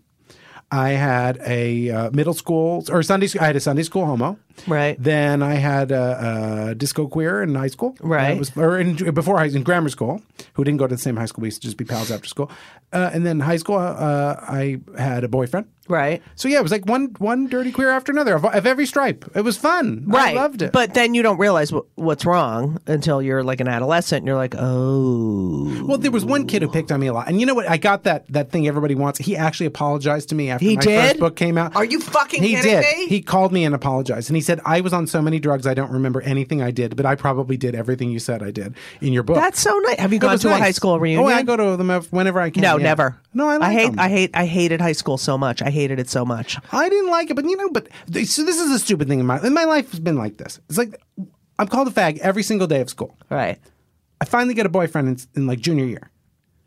Speaker 3: I had a uh, middle school or Sunday school. I had a Sunday school homo.
Speaker 2: Right.
Speaker 3: Then I had a, a disco queer in high school.
Speaker 2: Right.
Speaker 3: That was, or in, before high in grammar school, who didn't go to the same high school. We used to just be pals after school. Uh, and then high school, uh, I had a boyfriend.
Speaker 2: right
Speaker 3: So yeah, it was like one one dirty queer after another of, of every stripe. It was fun.
Speaker 2: Right.
Speaker 3: I loved it.
Speaker 2: But then you don't realize wh- what's wrong until you're like an adolescent and you're like, oh.
Speaker 3: Well, there was one kid who picked on me a lot, and you know what? I got that that thing everybody wants. He actually apologized to me after
Speaker 2: He
Speaker 3: my
Speaker 2: did?
Speaker 3: first book came out.
Speaker 2: Are you fucking
Speaker 3: He
Speaker 2: kidding
Speaker 3: did.
Speaker 2: me?
Speaker 3: He called me and apologized, and he said, "I was on so many drugs, I don't remember anything I did, but I probably did everything you said I did in your book."
Speaker 2: That's so nice. Have you
Speaker 3: It
Speaker 2: gone
Speaker 3: was
Speaker 2: to
Speaker 3: nice.
Speaker 2: a high school reunion?
Speaker 3: Oh, I go to them ev- whenever I can.
Speaker 2: No,
Speaker 3: yeah.
Speaker 2: never.
Speaker 3: No, I, like
Speaker 2: hate.
Speaker 3: them.
Speaker 2: I hate. I hated high school so much. I hated it so much.
Speaker 3: I didn't like it, but you know, but th- so this is a stupid thing in my in my life has been like this. It's like I'm called a fag every single day of school.
Speaker 2: Right.
Speaker 3: I finally get a boyfriend in, in like junior year.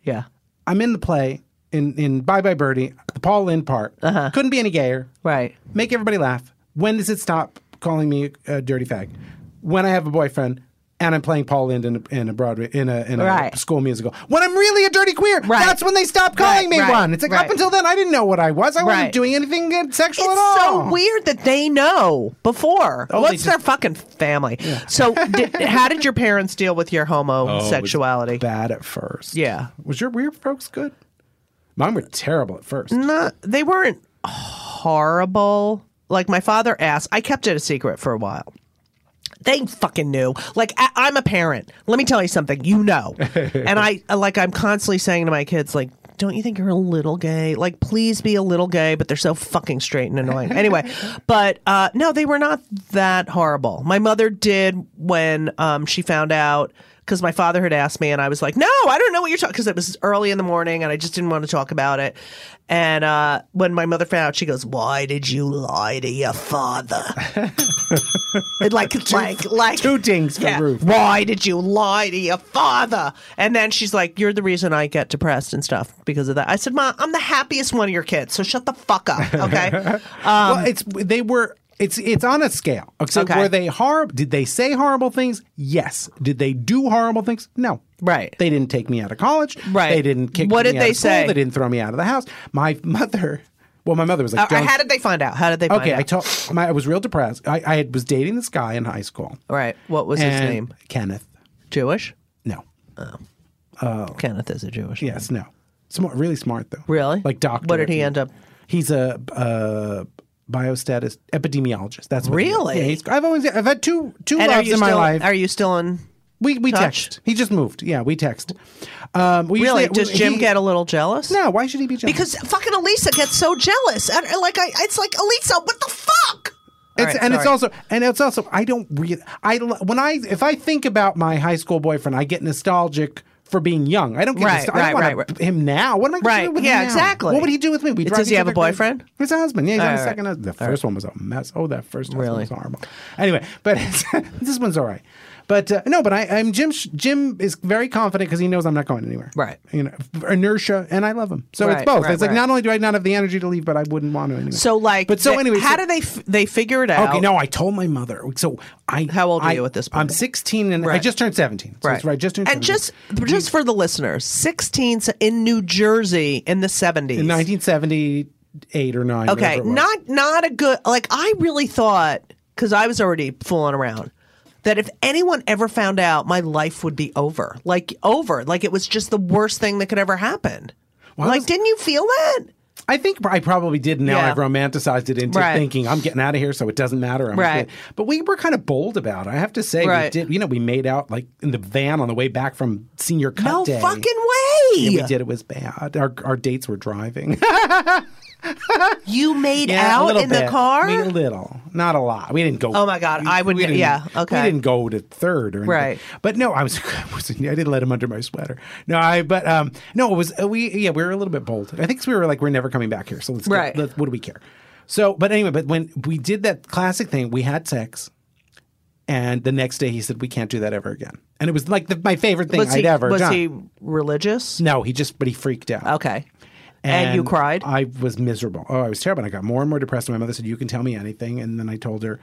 Speaker 2: Yeah.
Speaker 3: I'm in the play in in Bye Bye Birdie, the Paul Lynn part. Couldn't be any gayer.
Speaker 2: Uh-huh. Right.
Speaker 3: Make everybody laugh. When does it stop calling me a dirty fag? When I have a boyfriend and I'm playing Paul Lind in a, in a Broadway in a, in a
Speaker 2: Right.
Speaker 3: school musical. When I'm really a dirty queer,
Speaker 2: Right.
Speaker 3: that's when they stop calling
Speaker 2: Right,
Speaker 3: me
Speaker 2: right,
Speaker 3: one. It's like
Speaker 2: right.
Speaker 3: up until then I didn't know what I was. I
Speaker 2: Right.
Speaker 3: wasn't doing anything uh, sexual
Speaker 2: It's
Speaker 3: at all.
Speaker 2: so weird that they know before.
Speaker 3: Oh, they
Speaker 2: What's their
Speaker 3: just-
Speaker 2: fucking family? So, did, how did your parents deal with your homosexuality?
Speaker 3: Bad at first.
Speaker 2: Yeah.
Speaker 3: Was your weird folks good? Mine were terrible at first.
Speaker 2: not they weren't horrible like my father asked i kept it a secret for a while they fucking knew like I, i'm a parent let me tell you something you know and i like i'm constantly saying to my kids like don't you think you're a little gay like please be a little gay but they're so fucking straight and annoying anyway but uh, no they were not that horrible my mother did when um, she found out because my father had asked me, and I was like, "No, I don't know what you're talking." Because it was early in the morning, and I just didn't want to talk about it. And uh, when my mother found out, she goes, "Why did you lie to your father?" It like, like, like
Speaker 3: two dings for Ruth.
Speaker 2: Why did you lie to your father? And then she's like, "You're the reason I get depressed and stuff because of that." I said, "Ma, I'm the happiest one of your kids, so shut the fuck up, okay?" Uh,
Speaker 3: well, it's they were It's it's on a scale. Except
Speaker 2: Um, Okay.
Speaker 3: were they horrible? Did they say horrible things? Yes. Did they do horrible things? No.
Speaker 2: Right.
Speaker 3: They didn't take me out of college.
Speaker 2: Right.
Speaker 3: They didn't kick
Speaker 2: What
Speaker 3: me
Speaker 2: did
Speaker 3: out
Speaker 2: they
Speaker 3: of school.
Speaker 2: say?
Speaker 3: They didn't throw me out of the house. My mother. Well, my mother was like,
Speaker 2: Uh,
Speaker 3: "Don't
Speaker 2: how did they find out? How did they find
Speaker 3: okay,
Speaker 2: out?
Speaker 3: I told my, I was real depressed. I, I had- was dating this guy in high school.
Speaker 2: All right. What was his
Speaker 3: And-
Speaker 2: name?
Speaker 3: Kenneth.
Speaker 2: Jewish?
Speaker 3: No.
Speaker 2: Kenneth is a Jewish.
Speaker 3: Yes, no. Smart, really smart though.
Speaker 2: Really?
Speaker 3: Like doctor.
Speaker 2: What did he
Speaker 3: of-
Speaker 2: end up?
Speaker 3: He's a uh, biostatus epidemiologist. That's what he is.
Speaker 2: Really?
Speaker 3: Yeah, he's, I've always I've had two two
Speaker 2: And are
Speaker 3: loves
Speaker 2: you
Speaker 3: in my
Speaker 2: still?
Speaker 3: life.
Speaker 2: Are you still in?
Speaker 3: we we
Speaker 2: touched?
Speaker 3: text. He just moved. Yeah, we text. Um, we
Speaker 2: Really?
Speaker 3: usually-
Speaker 2: Does
Speaker 3: we-
Speaker 2: Jim
Speaker 3: he-
Speaker 2: get a little jealous?
Speaker 3: No, why should he be jealous?
Speaker 2: because fucking Elisa gets so jealous, and and like I, it's like Elisa, what the fuck? All
Speaker 3: It's,
Speaker 2: right,
Speaker 3: and it's
Speaker 2: sorry.
Speaker 3: also and it's also I don't really I l- when I if I think about my high school boyfriend I get nostalgic for being young I don't get
Speaker 2: Right,
Speaker 3: nostal-
Speaker 2: right,
Speaker 3: I don't
Speaker 2: right,
Speaker 3: want
Speaker 2: right.
Speaker 3: him now what am I gonna
Speaker 2: Right,
Speaker 3: do with
Speaker 2: yeah,
Speaker 3: him now?
Speaker 2: exactly.
Speaker 3: what would he do with me we
Speaker 2: Does
Speaker 3: drive
Speaker 2: he
Speaker 3: each
Speaker 2: have a
Speaker 3: other crazy.
Speaker 2: boyfriend?
Speaker 3: he's a husband yeah he's on
Speaker 2: All
Speaker 3: his
Speaker 2: right.
Speaker 3: second husband. the first one was a mess oh that first husband
Speaker 2: Really?
Speaker 3: was horrible anyway but this one's all right but uh, no but I I'm Jim Jim is very confident because he knows I'm not going anywhere
Speaker 2: Right.
Speaker 3: you know inertia and I love him so it's
Speaker 2: Right,
Speaker 3: both
Speaker 2: right,
Speaker 3: it's like
Speaker 2: right.
Speaker 3: not only do I not have the energy to leave but I wouldn't want to anyway
Speaker 2: So like,
Speaker 3: but so
Speaker 2: they-
Speaker 3: anyway
Speaker 2: how
Speaker 3: so-
Speaker 2: do they f- they figure it out?
Speaker 3: Okay, no, I told my mother. So I.
Speaker 2: How old are
Speaker 3: I-
Speaker 2: you at this
Speaker 3: I'm
Speaker 2: point?
Speaker 3: 16 and I
Speaker 2: Right.
Speaker 3: just turned 17. So right. It's right, just turned
Speaker 2: and
Speaker 3: 17.
Speaker 2: just just for the listeners, sixteen s- in New Jersey in the seventies.
Speaker 3: In 1978 or 9.
Speaker 2: Okay,
Speaker 3: whatever it was.
Speaker 2: not not a good. Like I really thought because I was already fooling around that if anyone ever found out, my life would be over. Like over. Like it was just the worst thing that could ever happen.
Speaker 3: Well, I
Speaker 2: like,
Speaker 3: was-
Speaker 2: didn't you feel that?
Speaker 3: I think I probably did. Now
Speaker 2: Yeah.
Speaker 3: I've romanticized it into
Speaker 2: Right.
Speaker 3: thinking I'm getting out of here, so it doesn't matter. I'm
Speaker 2: Right.
Speaker 3: good. But we were kind of bold about it. I have to say, we
Speaker 2: Right.
Speaker 3: did. You know, we made out like in the van on the way back from senior cut
Speaker 2: No
Speaker 3: day.
Speaker 2: fucking way.
Speaker 3: And we did. It was bad. Our, our dates were driving.
Speaker 2: You made
Speaker 3: Yeah, a
Speaker 2: out
Speaker 3: little
Speaker 2: in the
Speaker 3: bit.
Speaker 2: car?
Speaker 3: We- a little, not a lot. We didn't go.
Speaker 2: Oh my God, I would-
Speaker 3: didn't-
Speaker 2: yeah, okay.
Speaker 3: We didn't go to third or anything.
Speaker 2: Right.
Speaker 3: But no, I was. I was- I didn't let him under my sweater. No, I. But um, no, it was uh, we. Yeah, we were a little bit bold. I think 'cause we were like, we're never coming back here. So let's.
Speaker 2: Right.
Speaker 3: Go, let, what do we care? So, but anyway, but when we did that classic thing, we had sex. And the next day, he said, "We can't do that ever again." And it was like the, my favorite thing
Speaker 2: was
Speaker 3: I'd
Speaker 2: he,
Speaker 3: ever
Speaker 2: was
Speaker 3: done.
Speaker 2: he religious?
Speaker 3: No, he just, but he freaked out.
Speaker 2: Okay. And, you cried?
Speaker 3: I was miserable. Oh, I was terrible. And I got more and more depressed. And my mother said, "You can tell me anything." And then I told her.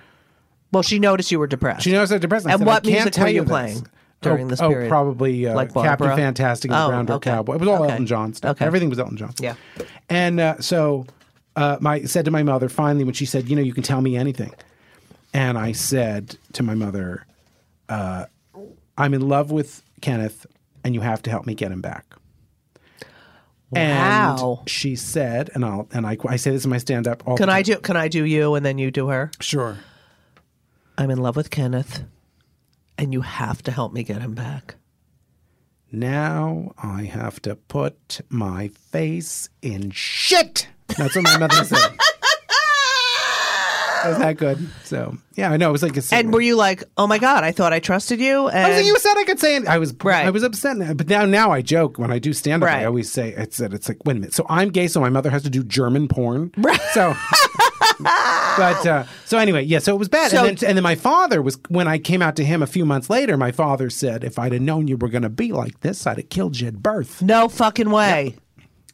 Speaker 2: well, she noticed you were depressed.
Speaker 3: She knows I'm depressed. I
Speaker 2: And
Speaker 3: said,
Speaker 2: what
Speaker 3: I can't
Speaker 2: music
Speaker 3: tell
Speaker 2: were you
Speaker 3: this.
Speaker 2: playing during
Speaker 3: oh,
Speaker 2: this
Speaker 3: oh,
Speaker 2: period?
Speaker 3: probably uh,
Speaker 2: Like
Speaker 3: Captain
Speaker 2: Barbara?
Speaker 3: Fantastic and
Speaker 2: Oh,
Speaker 3: Brown Brown
Speaker 2: okay.
Speaker 3: Cowboy. It was all
Speaker 2: Okay.
Speaker 3: Elton John stuff.
Speaker 2: Okay.
Speaker 3: Everything was Elton John.
Speaker 2: Yeah.
Speaker 3: And uh, so, uh, my said to my mother finally when she said, "You know, you can tell me anything," and I said to my mother, uh, "I'm in love with Kenneth, and you have to help me get him back."
Speaker 2: Wow.
Speaker 3: And she said, and I'll and I, I say this in my stand up all
Speaker 2: Can
Speaker 3: the time.
Speaker 2: I do can I do you and then you do her?
Speaker 3: Sure.
Speaker 2: I'm in love with Kenneth and you have to help me get him back.
Speaker 3: Now I have to put my face in shit. That's what my mother said. Isn't that good? So yeah, I know it was like a. secret.
Speaker 2: And were you like, "Oh my god, I thought I trusted you?" And
Speaker 3: I was like, you said I could say it. I was
Speaker 2: Right.
Speaker 3: I was upset, now. but now now I joke when I do stand up. I
Speaker 2: Right.
Speaker 3: always say it's that it's like wait a minute. So I'm gay, so my mother has to do German porn. Right. So. But uh, so anyway, yeah. So it was bad,
Speaker 2: So-
Speaker 3: and, then, and then my father was when I came out to him a few months later. My father said, "If I'd have known you were going to be like this, I'd have killed you at birth."
Speaker 2: no fucking way.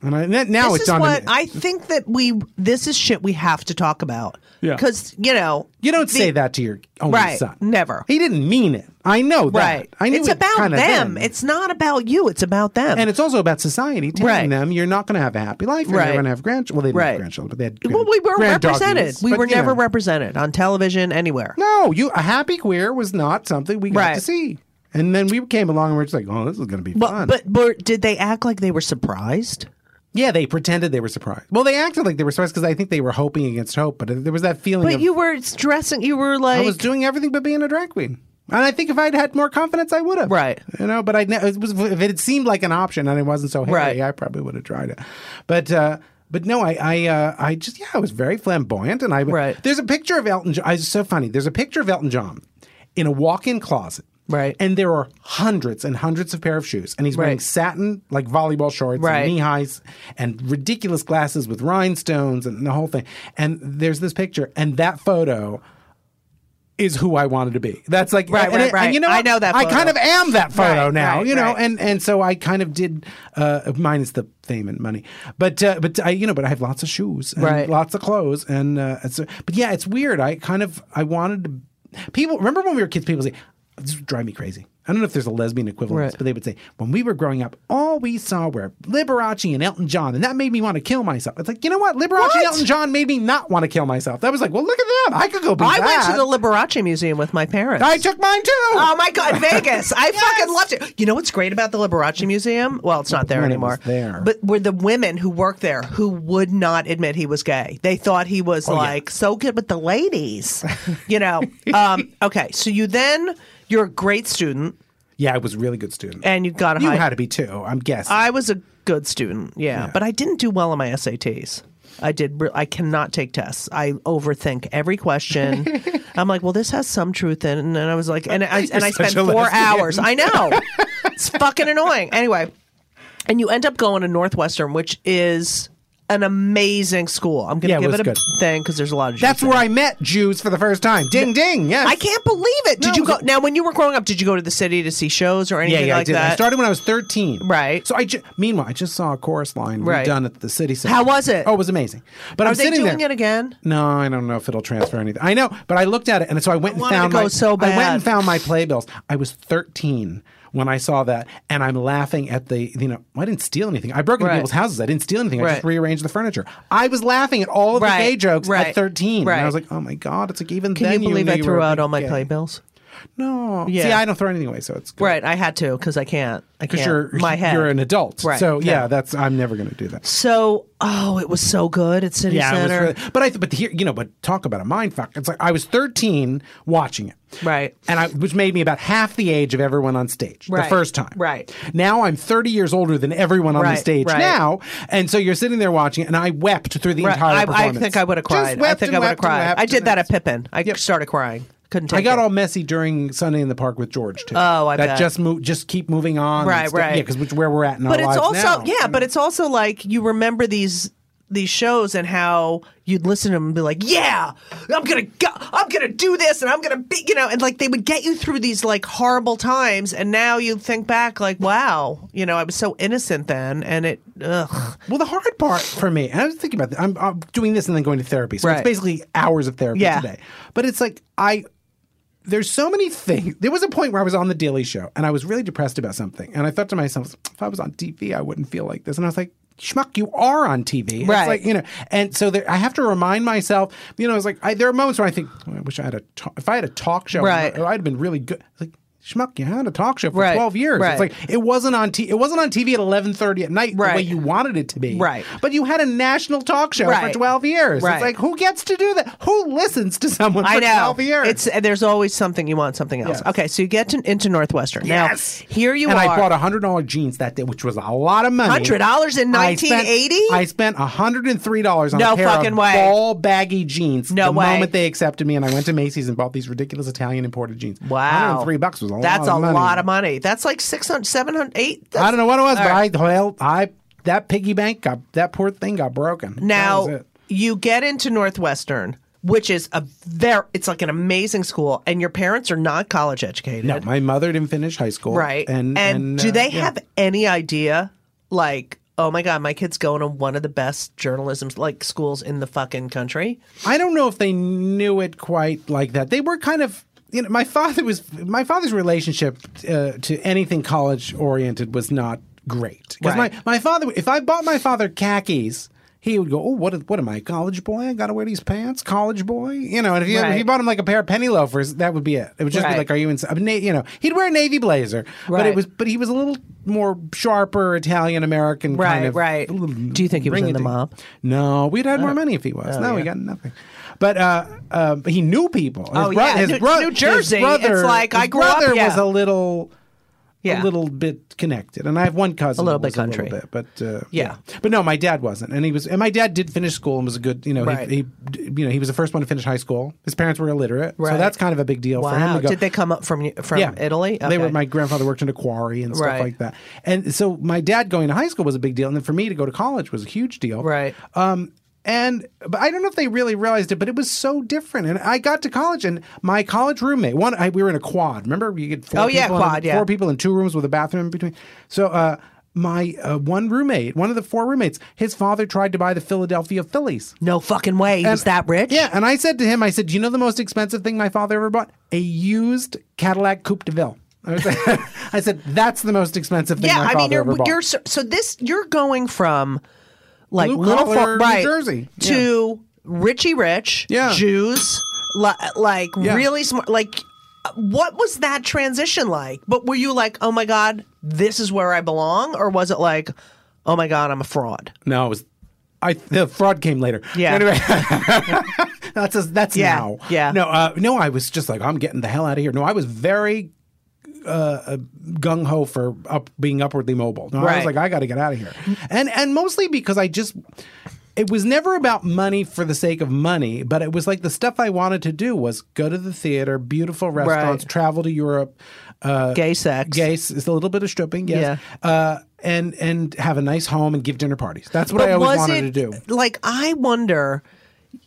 Speaker 3: And I, n- now
Speaker 2: This
Speaker 3: it's
Speaker 2: is
Speaker 3: on.
Speaker 2: what
Speaker 3: him.
Speaker 2: I think that we this is shit we have to talk about.
Speaker 3: Yeah.
Speaker 2: Cuz you know,
Speaker 3: You don't
Speaker 2: the-
Speaker 3: say that to your only
Speaker 2: Right,
Speaker 3: son.
Speaker 2: never.
Speaker 3: He didn't mean it. I know that.
Speaker 2: Right.
Speaker 3: I knew
Speaker 2: it's
Speaker 3: it
Speaker 2: about
Speaker 3: kinda
Speaker 2: them.
Speaker 3: then.
Speaker 2: It's not about you. It's about them.
Speaker 3: and it's also about society telling
Speaker 2: Right.
Speaker 3: them you're not going to have a happy life. You're
Speaker 2: Right.
Speaker 3: never going to have grandchildren. Well, they didn't have
Speaker 2: Right.
Speaker 3: grandchildren, but they had.
Speaker 2: well,
Speaker 3: grand-
Speaker 2: we weren't
Speaker 3: grand doggies.
Speaker 2: represented. We
Speaker 3: But,
Speaker 2: were
Speaker 3: you
Speaker 2: never
Speaker 3: know.
Speaker 2: represented on television anywhere.
Speaker 3: No, you a happy queer was not something we got
Speaker 2: Right.
Speaker 3: to see. And then we came along and we're just like, oh, this is going to be fun.
Speaker 2: But, but but did they act like they were surprised?
Speaker 3: yeah, they pretended they were surprised. Well, they acted like they were surprised because I think they were hoping against hope. But there was that feeling.
Speaker 2: But
Speaker 3: of,
Speaker 2: you were dressing. You were like
Speaker 3: I was doing everything but being a drag queen. And I think if I'd had more confidence, I would have.
Speaker 2: Right.
Speaker 3: You know, but I ne- it was, if it seemed like an option and it wasn't so hairy,
Speaker 2: Right.
Speaker 3: I probably would have tried it. But uh, but no, I I uh, I just yeah, I was very flamboyant and I w-
Speaker 2: Right.
Speaker 3: There's a picture of Elton. John. It's so funny. There's a picture of Elton John in a walk-in closet.
Speaker 2: Right.
Speaker 3: And there are hundreds and hundreds of pair of shoes, and he's wearing
Speaker 2: Right.
Speaker 3: satin like volleyball shorts,
Speaker 2: Right.
Speaker 3: and knee highs, and ridiculous glasses with rhinestones, and the whole thing. And there's this picture, and that photo is who I wanted to be. That's like
Speaker 2: Right,
Speaker 3: and,
Speaker 2: right,
Speaker 3: and
Speaker 2: right.
Speaker 3: you know
Speaker 2: I
Speaker 3: what?
Speaker 2: know that
Speaker 3: I
Speaker 2: photo.
Speaker 3: kind of am that photo
Speaker 2: Right,
Speaker 3: now.
Speaker 2: right,
Speaker 3: you know,
Speaker 2: right.
Speaker 3: and and so I kind of did uh, minus the fame and money, but uh, but I you know but I have lots of shoes, and
Speaker 2: Right.
Speaker 3: Lots of clothes, and uh, it's, but yeah, it's weird. I kind of I wanted to, people. Remember when we were kids? People say "Oh, this would drive me crazy. I don't know if there's a lesbian equivalent,
Speaker 2: Right.
Speaker 3: but they would say when we were growing up, all we saw were Liberace and Elton John, and that made me want to kill myself. It's like you know what, Liberace and Elton John made me not want to kill myself. That was like, well, look at them. I could go. Be
Speaker 2: I went
Speaker 3: that.
Speaker 2: to the Liberace Museum with my parents.
Speaker 3: I took mine too.
Speaker 2: Oh my God, Vegas! I fucking loved it. You know what's great about the Liberace Museum? Well, it's not there
Speaker 3: When it
Speaker 2: anymore.
Speaker 3: was there.
Speaker 2: but were the women who worked there who would not admit he was gay? They thought he was
Speaker 3: Oh,
Speaker 2: like so good with the ladies, you know. um, okay, so you then you're a great student
Speaker 3: Yeah, I was a really good student.
Speaker 2: and you got a
Speaker 3: you
Speaker 2: high.
Speaker 3: had to be too, I'm guessing.
Speaker 2: I was a good student, yeah, but I didn't do well on my SATs. I did. re- I cannot take tests. I overthink every question. I'm like, well, this has some truth in, it. and then I was like, and I and I
Speaker 3: such
Speaker 2: spent
Speaker 3: a
Speaker 2: four
Speaker 3: lesbian.
Speaker 2: hours. I know it's fucking annoying. Anyway, and you end up going to Northwestern, which is an amazing school. I'm gonna
Speaker 3: Yeah, it
Speaker 2: give
Speaker 3: was
Speaker 2: it a
Speaker 3: good.
Speaker 2: thing because there's a lot of.
Speaker 3: That's
Speaker 2: Jews
Speaker 3: where I met Jews for the first time. Ding, ding. Yes.
Speaker 2: there. I can't believe it. Did
Speaker 3: No,
Speaker 2: you
Speaker 3: it was
Speaker 2: go now? When you were growing up, did you go to the city to see shows or
Speaker 3: Yeah,
Speaker 2: anything
Speaker 3: yeah, I
Speaker 2: like
Speaker 3: did.
Speaker 2: that?
Speaker 3: I started when I was 13.
Speaker 2: Right.
Speaker 3: So I ju- meanwhile, I just saw a chorus line
Speaker 2: Right.
Speaker 3: done at the city center.
Speaker 2: How was it?
Speaker 3: Oh, it was amazing. But
Speaker 2: Are
Speaker 3: I'm
Speaker 2: they
Speaker 3: sitting
Speaker 2: doing
Speaker 3: there.
Speaker 2: it again?
Speaker 3: No, I don't know if it'll transfer anything. I know, but I looked at it, and so I went and
Speaker 2: wanted to
Speaker 3: found
Speaker 2: go
Speaker 3: my,
Speaker 2: so
Speaker 3: I went
Speaker 2: bad.
Speaker 3: and found my playbills. I was 13 when I saw that, and I'm laughing at the you know I didn't steal anything. I broke into
Speaker 2: Right.
Speaker 3: people's houses. I didn't steal anything. I just
Speaker 2: Right.
Speaker 3: rearranged the furniture. I was laughing at all of
Speaker 2: Right,
Speaker 3: the gay jokes
Speaker 2: right,
Speaker 3: at 13, and
Speaker 2: right.
Speaker 3: I was like, oh my god, it's like even
Speaker 2: Can
Speaker 3: then
Speaker 2: you believe
Speaker 3: knew
Speaker 2: I
Speaker 3: you
Speaker 2: threw
Speaker 3: were,
Speaker 2: out
Speaker 3: like,
Speaker 2: all my
Speaker 3: gay.
Speaker 2: playbills?
Speaker 3: No,
Speaker 2: Yeah.
Speaker 3: see, I don't throw anything away, so it's good.
Speaker 2: Right, I had to because I can't. I can't.
Speaker 3: Because you're
Speaker 2: my head.
Speaker 3: you're an adult,
Speaker 2: Right,
Speaker 3: so yeah,
Speaker 2: yeah.
Speaker 3: that's I'm never going to do that.
Speaker 2: so oh, it was so good at City
Speaker 3: Yeah, it was
Speaker 2: Center.
Speaker 3: really- but I th- but here you know, but talk about a mind fuck. It's like I was 13 watching it,
Speaker 2: Right.
Speaker 3: and I which made me about half the age of everyone on stage
Speaker 2: Right,
Speaker 3: the first time.
Speaker 2: right.
Speaker 3: now, I'm 30 years older than everyone on
Speaker 2: Right,
Speaker 3: the stage
Speaker 2: right.
Speaker 3: now, and so you're sitting there watching it, and I wept through the
Speaker 2: Right,
Speaker 3: entire
Speaker 2: I, I
Speaker 3: performance.
Speaker 2: think I would have
Speaker 3: Just
Speaker 2: cried. I
Speaker 3: wept
Speaker 2: think
Speaker 3: and
Speaker 2: I would have
Speaker 3: wept and
Speaker 2: cried.
Speaker 3: wept
Speaker 2: I did
Speaker 3: and
Speaker 2: that
Speaker 3: it's-
Speaker 2: at Pippin. I started crying. Couldn't take
Speaker 3: I got
Speaker 2: it.
Speaker 3: all messy during Sunday in the Park with George too.
Speaker 2: Oh, I
Speaker 3: that
Speaker 2: bet.
Speaker 3: just move, just keep moving on. and
Speaker 2: Right,
Speaker 3: stuff.
Speaker 2: right.
Speaker 3: Yeah, because where we're at in
Speaker 2: But
Speaker 3: our
Speaker 2: it's
Speaker 3: lives
Speaker 2: also
Speaker 3: now.
Speaker 2: yeah, but it's also like you remember these these shows and how you'd listen to them and be like, "Yeah, I'm gonna go, I'm gonna do this, and I'm gonna be," you know, and like they would get you through these like horrible times, and now you think back like, "Wow, you know, I was so innocent then," and it, ugh.
Speaker 3: Well, the hard part for me, and I was thinking about that. I'm, I'm doing this and then going to therapy, so
Speaker 2: Right.
Speaker 3: it's basically hours of therapy
Speaker 2: Yeah.
Speaker 3: today. But it's like I, there's so many things. There was a point where I was on the Daily Show and I was really depressed about something, and I thought to myself, if I was on TV, I wouldn't feel like this. And I was like, schmuck, you are on TV,
Speaker 2: Right.
Speaker 3: It's like you know, and so there, I have to remind myself. You know, it's like I, there are moments where I think, "Oh, I wish I had a ta- if I had a talk show,
Speaker 2: Right.
Speaker 3: I'd have been really good. It's Like. Schmuck, you had a talk show for
Speaker 2: Right.
Speaker 3: twelve years.
Speaker 2: Right.
Speaker 3: It's like it wasn't on t- it wasn't on TV at eleven thirty at night the way
Speaker 2: Right.
Speaker 3: you wanted it to be.
Speaker 2: Right.
Speaker 3: But you had a national talk show
Speaker 2: Right.
Speaker 3: for 12 years.
Speaker 2: Right.
Speaker 3: It's like, who gets to do that? Who listens to someone for
Speaker 2: I know.
Speaker 3: 12 years?
Speaker 2: It's uh, there's always something you want, something else.
Speaker 3: Yes.
Speaker 2: Okay, so you get to, into Northwestern.
Speaker 3: Yes.
Speaker 2: Now here you
Speaker 3: and
Speaker 2: are.
Speaker 3: I bought $100 jeans that day, which was a lot of money.
Speaker 2: $100 in
Speaker 3: I spent-
Speaker 2: 1980?
Speaker 3: I spent $103 on
Speaker 2: No
Speaker 3: a pair
Speaker 2: fucking
Speaker 3: of
Speaker 2: way.
Speaker 3: ball baggy jeans
Speaker 2: No
Speaker 3: the
Speaker 2: way.
Speaker 3: moment they accepted me, and I went to Macy's and bought these ridiculous Italian imported jeans.
Speaker 2: wow,
Speaker 3: 103 bucks was a
Speaker 2: That's
Speaker 3: lot
Speaker 2: a
Speaker 3: of money.
Speaker 2: lot of money. That's like six hundred, seven hundred, eight.
Speaker 3: I don't know what it was,
Speaker 2: All
Speaker 3: but
Speaker 2: right.
Speaker 3: I, well, I, that piggy bank got, that poor thing got broken. That was
Speaker 2: Now
Speaker 3: it.
Speaker 2: you get into Northwestern, which is a very it's like an amazing school, and your parents are not college educated,
Speaker 3: No, Uh, my mother didn't finish high school.
Speaker 2: right?
Speaker 3: And,
Speaker 2: do
Speaker 3: uh,
Speaker 2: they
Speaker 3: yeah.
Speaker 2: have any idea, like? Oh my God! My kid's going to one of the best journalism like schools in the fucking country.
Speaker 3: I don't know if they knew it quite like that. They were kind of. You know, my father was my father's relationship uh, to anything college oriented was not great because
Speaker 2: Right.
Speaker 3: my, my father if I bought my father khakis he would go oh what what am I a college boy I got to wear these pants college boy you know and if you, if
Speaker 2: Right.
Speaker 3: you bought him like a pair of penny loafers that would be it it would just
Speaker 2: Right.
Speaker 3: be like are you in na- you know he'd wear a navy blazer but
Speaker 2: Right.
Speaker 3: it was but he was a little more sharper Italian American kind
Speaker 2: Right,
Speaker 3: of
Speaker 2: right.
Speaker 3: a little
Speaker 2: Do you think he was in the
Speaker 3: ringy-dink.
Speaker 2: mob? Uh, oh,
Speaker 3: No, we'd had more money if he was. no, he got nothing. But uh, uh, he knew people. His
Speaker 2: Oh,
Speaker 3: bro-
Speaker 2: yeah.
Speaker 3: his
Speaker 2: New-
Speaker 3: bro-
Speaker 2: New
Speaker 3: his
Speaker 2: Jersey,
Speaker 3: brother-
Speaker 2: it's like, I
Speaker 3: his
Speaker 2: grew up,
Speaker 3: brother
Speaker 2: yeah.
Speaker 3: was a little,
Speaker 2: Yeah.
Speaker 3: a little bit connected, and I have one cousin.
Speaker 2: A little
Speaker 3: who
Speaker 2: bit
Speaker 3: was
Speaker 2: country.
Speaker 3: bit, but uh,
Speaker 2: Yeah.
Speaker 3: But no, my dad wasn't, and he was. And my dad did finish school and was a good, you know,
Speaker 2: Right.
Speaker 3: he, he, you know, he was the first one to finish high school. His parents were illiterate,
Speaker 2: Right.
Speaker 3: so that's kind of a big deal for him.
Speaker 2: Wow!
Speaker 3: To go,
Speaker 2: Did they come up from from Italy?
Speaker 3: they were.
Speaker 2: Okay.
Speaker 3: My grandfather worked in a quarry and stuff
Speaker 2: Right.
Speaker 3: like that. And so my dad going to high school was a big deal, and then for me to go to college was a huge deal.
Speaker 2: Right.
Speaker 3: Um, And but I don't know if they really realized it, but it was so different. And I got to college, and my college roommate, one, I, we were in a quad. Remember, you get four
Speaker 2: Oh,
Speaker 3: people
Speaker 2: yeah,
Speaker 3: in-
Speaker 2: quad, yeah.
Speaker 3: four people in two rooms with a bathroom in between. So uh, my uh, one roommate, one of the four roommates, his father tried to buy the Philadelphia Phillies.
Speaker 2: No fucking way. He was that rich?
Speaker 3: Yeah, and I said to him, I said, "Do you know the most expensive thing my father ever bought? A used Cadillac Coupe de Ville." I, was like- I said, "That's the most expensive thing
Speaker 2: Yeah,
Speaker 3: my
Speaker 2: I
Speaker 3: father
Speaker 2: mean,
Speaker 3: ever
Speaker 2: you're
Speaker 3: bought."
Speaker 2: you're so, so this you're going from like
Speaker 3: Blue
Speaker 2: little
Speaker 3: collar
Speaker 2: farm
Speaker 3: New
Speaker 2: right,
Speaker 3: Jersey. Yeah.
Speaker 2: to Richie Rich,
Speaker 3: Yeah.
Speaker 2: Jews, li- like
Speaker 3: Yeah.
Speaker 2: really smart. Like, what was that transition like? But were you like, oh my god, this is where I belong, or was it like, oh my god, I'm a fraud?
Speaker 3: No, it was. I the fraud came later.
Speaker 2: Yeah.
Speaker 3: Anyway, that's a, that's
Speaker 2: Yeah,
Speaker 3: now.
Speaker 2: yeah.
Speaker 3: No, uh, no, I was just like, I'm getting the hell out of here. No, I was very uh, gung ho for up being upwardly mobile. No, I was
Speaker 2: Right.
Speaker 3: like, I got to get out of here, and and mostly because I just. It was never about money for the sake of money, but it was like the stuff I wanted to do was go to the theater, beautiful restaurants, travel to Europe, uh,
Speaker 2: Gay sex.
Speaker 3: gay, it's a little bit of stripping, yes, uh, and and have a nice home and give dinner parties. That's what I always wanted to do.
Speaker 2: Like, I wonder,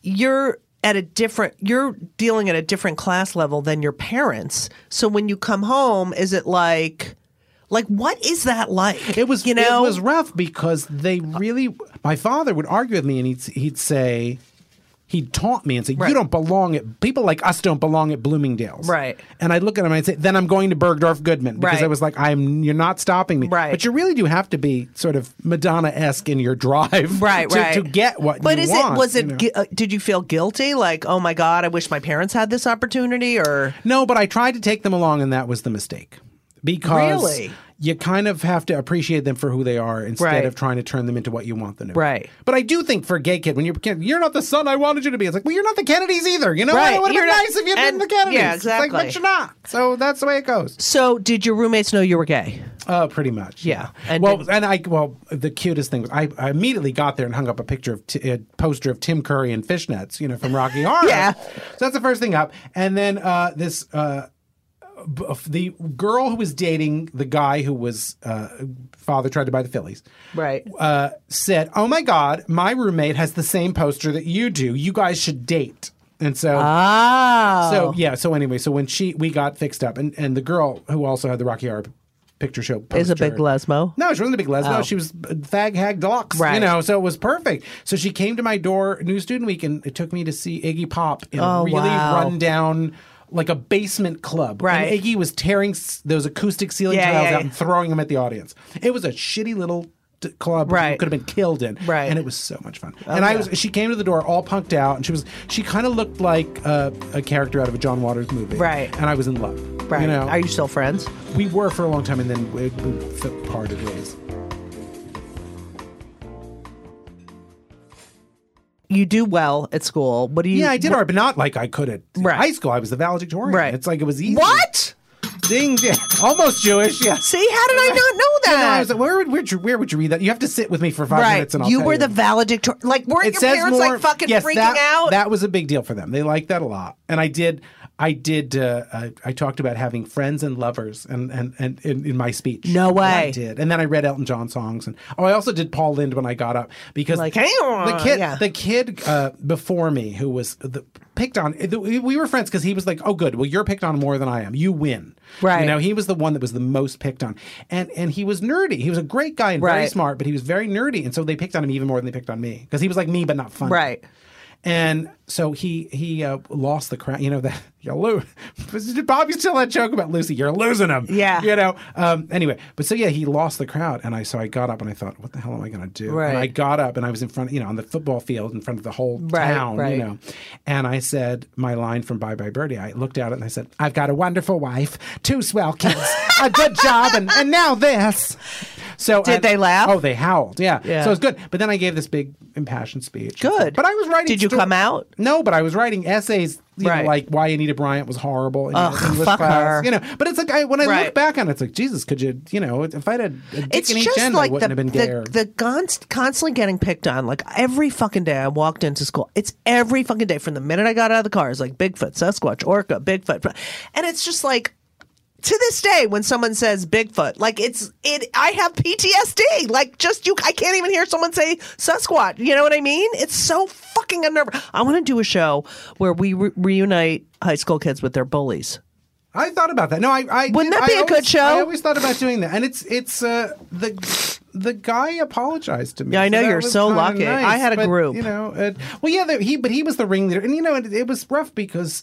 Speaker 2: you're at a different, you're dealing at a different class level than your parents. So when you come home, is it like, like, what is that like?
Speaker 3: It was
Speaker 2: you know,
Speaker 3: it was rough because they really. My father would argue with me, and he'd he'd say. He taunt me and say, "You
Speaker 2: Right.
Speaker 3: don't belong at people like us. Don't belong at Bloomingdale's."
Speaker 2: Right.
Speaker 3: And I'd look at him and I'd say, "Then I'm going to Bergdorf Goodman because
Speaker 2: Right.
Speaker 3: I was like, I'm you're not stopping me."
Speaker 2: Right.
Speaker 3: But you really do have to be sort of Madonna esque in your drive,
Speaker 2: right,
Speaker 3: to,
Speaker 2: right.
Speaker 3: to get what.
Speaker 2: But
Speaker 3: you
Speaker 2: is
Speaker 3: want,
Speaker 2: it was
Speaker 3: you
Speaker 2: it?
Speaker 3: know?
Speaker 2: gui- uh, did you feel guilty? Like, oh my god, I wish my parents had this opportunity, or
Speaker 3: No, but I tried to take them along, and that was the mistake. Because
Speaker 2: Really?
Speaker 3: you kind of have to appreciate them for who they are instead
Speaker 2: Right.
Speaker 3: of trying to turn them into what you want them to be.
Speaker 2: Right.
Speaker 3: But I do think for a gay kid, when you're a kid, you're not the son I wanted you to be. It's like, well, you're not the Kennedys either. You know,
Speaker 2: Right.
Speaker 3: it would have
Speaker 2: You're
Speaker 3: been
Speaker 2: not-
Speaker 3: nice if you'd been
Speaker 2: and-
Speaker 3: the Kennedys.
Speaker 2: yeah,
Speaker 3: It's like,
Speaker 2: exactly.
Speaker 3: but you're not. So that's the way it goes.
Speaker 2: so did your roommates know you were gay?
Speaker 3: Uh, pretty much.
Speaker 2: Yeah. And
Speaker 3: And well,
Speaker 2: did-
Speaker 3: and I well, the cutest thing was I, I immediately got there and hung up a picture of t- a poster of Tim Curry and fishnets, you know, from Rocky Horror.
Speaker 2: Yeah.
Speaker 3: So that's the first thing up, and then uh, this. Uh, b- the girl who was dating the guy who was uh, father tried to buy the Phillies,
Speaker 2: Right.
Speaker 3: Uh, said, "Oh my God, my roommate has the same poster that you do. You guys should date." And so,
Speaker 2: Ah,
Speaker 3: so yeah. So anyway, so when she we got fixed up, and and the girl who also had the Rocky Horror Picture Show poster,
Speaker 2: is a big lesbo.
Speaker 3: No, she wasn't a big lesbo. She was a fag hag deluxe. You
Speaker 2: Oh. Right.
Speaker 3: know, so it was perfect. So she came to my door, New Student Week, and it took me to see Iggy Pop in a
Speaker 2: Oh,
Speaker 3: really
Speaker 2: wow.
Speaker 3: run down. Like a basement club,
Speaker 2: Right.
Speaker 3: And Iggy was tearing s- those acoustic ceiling
Speaker 2: Yeah,
Speaker 3: tiles
Speaker 2: yeah,
Speaker 3: out
Speaker 2: yeah.
Speaker 3: and throwing them at the audience. It was a shitty little t- club, that You
Speaker 2: Right.
Speaker 3: could have been killed in,
Speaker 2: Right. Oh,
Speaker 3: And it was so much fun. and I was, she came to the door all punked out, and she was, she kind of looked like uh, a character out of a John Waters movie,
Speaker 2: Right.
Speaker 3: And I was in love,
Speaker 2: Right.
Speaker 3: You know,
Speaker 2: Are you still friends?
Speaker 3: we were for a long time, and then we, we f- parted ways.
Speaker 2: You do well at school. What do you?
Speaker 3: Yeah, I did art, but not like I could at
Speaker 2: Right.
Speaker 3: high school. I was the valedictorian.
Speaker 2: Right.
Speaker 3: It's like it was easy.
Speaker 2: What?
Speaker 3: Ding, ding. Almost Jewish, yes.
Speaker 2: See, how did I not know that?
Speaker 3: No, I was like, where would, where'd you, where would you read that? You have to sit with me for five minutes and I'll
Speaker 2: you
Speaker 3: tell
Speaker 2: were the valedictorian. Like, weren't
Speaker 3: it
Speaker 2: your
Speaker 3: says
Speaker 2: parents
Speaker 3: more,
Speaker 2: like fucking
Speaker 3: yes,
Speaker 2: freaking
Speaker 3: that,
Speaker 2: out?
Speaker 3: That was a big deal for them. They liked that a lot. And I did, I did, uh, I, I talked about having friends and lovers and, and, and in, in my speech.
Speaker 2: No
Speaker 3: And I
Speaker 2: way.
Speaker 3: did. And then I read Elton John songs. And oh, I also did Paul Lind when I got up because
Speaker 2: Like, hey, uh,
Speaker 3: the kid,
Speaker 2: yeah.
Speaker 3: the kid uh, before me who was the, picked on, the, we were friends because he was like, oh, good. Well, you're picked on more than I am. You win. You
Speaker 2: Right.
Speaker 3: know, he was the one that was the most picked on. And and he was nerdy. He was a great guy and very
Speaker 2: Right.
Speaker 3: smart, but he was very nerdy. And so they picked on him even more than they picked on me because he was like me, but not funny.
Speaker 2: Right.
Speaker 3: And so he he uh, lost the crown. You know that you lose. Bob used to tell that joke about Lucy. You're losing him.
Speaker 2: Yeah.
Speaker 3: You know. Um, anyway, but so yeah, he lost the crowd, and I so I got up and I thought, what the hell am I going to do?
Speaker 2: Right.
Speaker 3: And I got up and I was in front, you know, on the football field in front of the whole
Speaker 2: Right,
Speaker 3: town,
Speaker 2: right.
Speaker 3: you know. And I said my line from Bye Bye Birdie. I looked at it and I said, I've got a wonderful wife, two swell kids, a good job, and and now this. So
Speaker 2: Did
Speaker 3: and-
Speaker 2: they laugh?
Speaker 3: Oh, they howled. Yeah.
Speaker 2: Yeah.
Speaker 3: So it was good. But then I gave this big impassioned speech.
Speaker 2: Good.
Speaker 3: But I was writing.
Speaker 2: Did you
Speaker 3: sto-
Speaker 2: come out?
Speaker 3: No, but I was writing essays, you
Speaker 2: Right.
Speaker 3: know, like why Anita Bryant was horrible in
Speaker 2: Ugh,
Speaker 3: English
Speaker 2: fuck
Speaker 3: class.
Speaker 2: her.
Speaker 3: You know, but it's like I, when I look
Speaker 2: Right.
Speaker 3: back on it, it's like Jesus, could you, you know, if I had a dick
Speaker 2: it's
Speaker 3: in each
Speaker 2: just
Speaker 3: end,
Speaker 2: like
Speaker 3: I
Speaker 2: the,
Speaker 3: wouldn't have been gay. or-
Speaker 2: the, the const- constantly getting picked on. Like, every fucking day I walked into school, it's every fucking day from the minute I got out of the car. It's like Bigfoot, Sasquatch, Orca, Bigfoot. And it's just like, to this day when someone says Bigfoot, like it's it I have PTSD. Like just you I can't even hear someone say Sasquatch. You know what I mean? It's so fucking unnerving. I want to do a show where we re- reunite high school kids with their bullies.
Speaker 3: I thought about that. No, I, I
Speaker 2: Wouldn't
Speaker 3: did-
Speaker 2: that be
Speaker 3: I
Speaker 2: a
Speaker 3: always-
Speaker 2: good show?
Speaker 3: I always thought about doing that, and it's it's uh, the the guy apologized to me.
Speaker 2: Yeah, I know
Speaker 3: that
Speaker 2: you're
Speaker 3: was
Speaker 2: so
Speaker 3: kinda
Speaker 2: lucky.
Speaker 3: nice,
Speaker 2: I had a
Speaker 3: but,
Speaker 2: group.
Speaker 3: you know. It, well, yeah, the, he but he was the ringleader, and you know it, it was rough because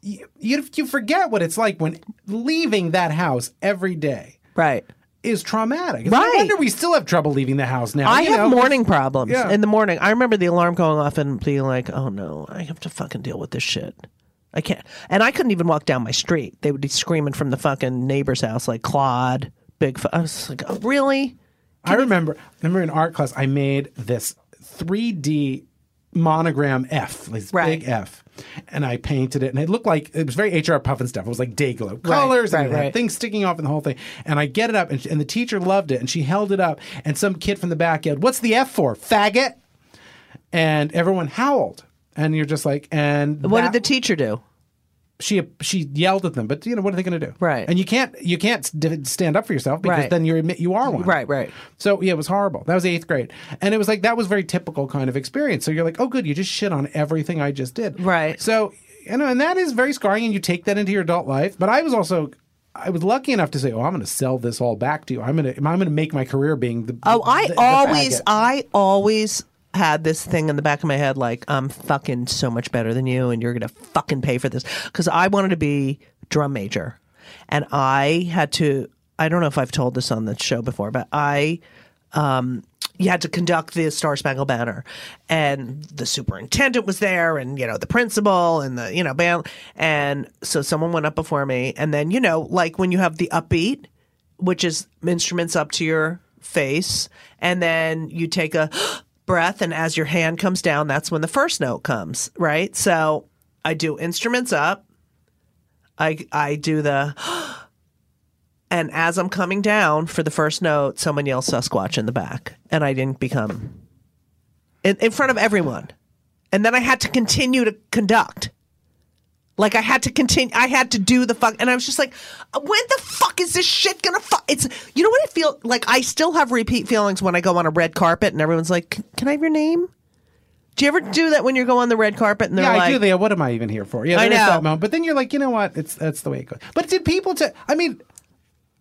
Speaker 3: you, you you forget what it's like when leaving that house every day
Speaker 2: Right.
Speaker 3: is traumatic. It's
Speaker 2: Right.
Speaker 3: No wonder we still have trouble leaving the house now.
Speaker 2: I
Speaker 3: you
Speaker 2: have
Speaker 3: know, 'cause-
Speaker 2: morning problems
Speaker 3: Yeah.
Speaker 2: in the morning. I remember the alarm going off and being like, "Oh no, I have to fucking deal with this shit." I can't, and I couldn't even walk down my street. They would be screaming from the fucking neighbor's house, like Claude, Big. Fu-" I was like, oh, "Really?"
Speaker 3: I remember, I remember in art class, I made this 3D monogram F, like this
Speaker 2: Right.
Speaker 3: big F, and I painted it, and it looked like it was very HR Puffin stuff. It was like day glow colors
Speaker 2: right,
Speaker 3: and it had
Speaker 2: right.
Speaker 3: things sticking off and the whole thing. And I get it up, and, she- and the teacher loved it, and she held it up, and some kid from the back yelled, "What's the F for, faggot?" And everyone howled. And you're just like, and
Speaker 2: What
Speaker 3: that-
Speaker 2: did the teacher do?
Speaker 3: she she yelled at them, but you know what are they going to do?
Speaker 2: Right.
Speaker 3: And you can't you can't st- stand up for yourself because
Speaker 2: Right.
Speaker 3: then you admit you are one.
Speaker 2: Right, right.
Speaker 3: So yeah, it was horrible. That was eighth grade, and it was like that was very typical kind of experience. So you're like, oh, good, you just shit on everything I just did.
Speaker 2: Right.
Speaker 3: So you know, and that is very scarring, and you take that into your adult life. But I was also. I was lucky enough to say, "Oh, I'm going to sell this all back to you. I'm going to, I'm going to make my career being the."
Speaker 2: Oh, I
Speaker 3: the- the
Speaker 2: always,
Speaker 3: faggot."
Speaker 2: I always had this thing in the back of my head, like I'm fucking so much better than you, and you're gonna fucking pay for this, because I wanted to be drum major, and I had to. I don't know if I've told this on the show before, but I um, you had to conduct the Star Spangled Banner, and the superintendent was there, and you know the principal, and the you know band, and so someone went up before me, and then you know like when you have the upbeat, which is instruments up to your face, and then you take a breath, and as your hand comes down, that's when the first note comes, right? So I do instruments up, I I do the and as I'm coming down for the first note, someone yells Sasquatch in the back, and I didn't become in, in front of everyone. And then I had to continue to conduct. Like I had to continue. I had to do the fuck, and I was just like, "When the fuck is this shit gonna fuck?" It's you know what I feel like. I still have repeat feelings when I go on a red carpet, and everyone's like, "Can- "Can I have your name?" Do you ever do that when you go on the red carpet and they're
Speaker 3: Yeah,
Speaker 2: like,
Speaker 3: I do. They, what am I even here for? Yeah,
Speaker 2: I
Speaker 3: there is
Speaker 2: know.
Speaker 3: that moment. But then you're like, you know what? It's that's the way it goes. But did people? T- I mean,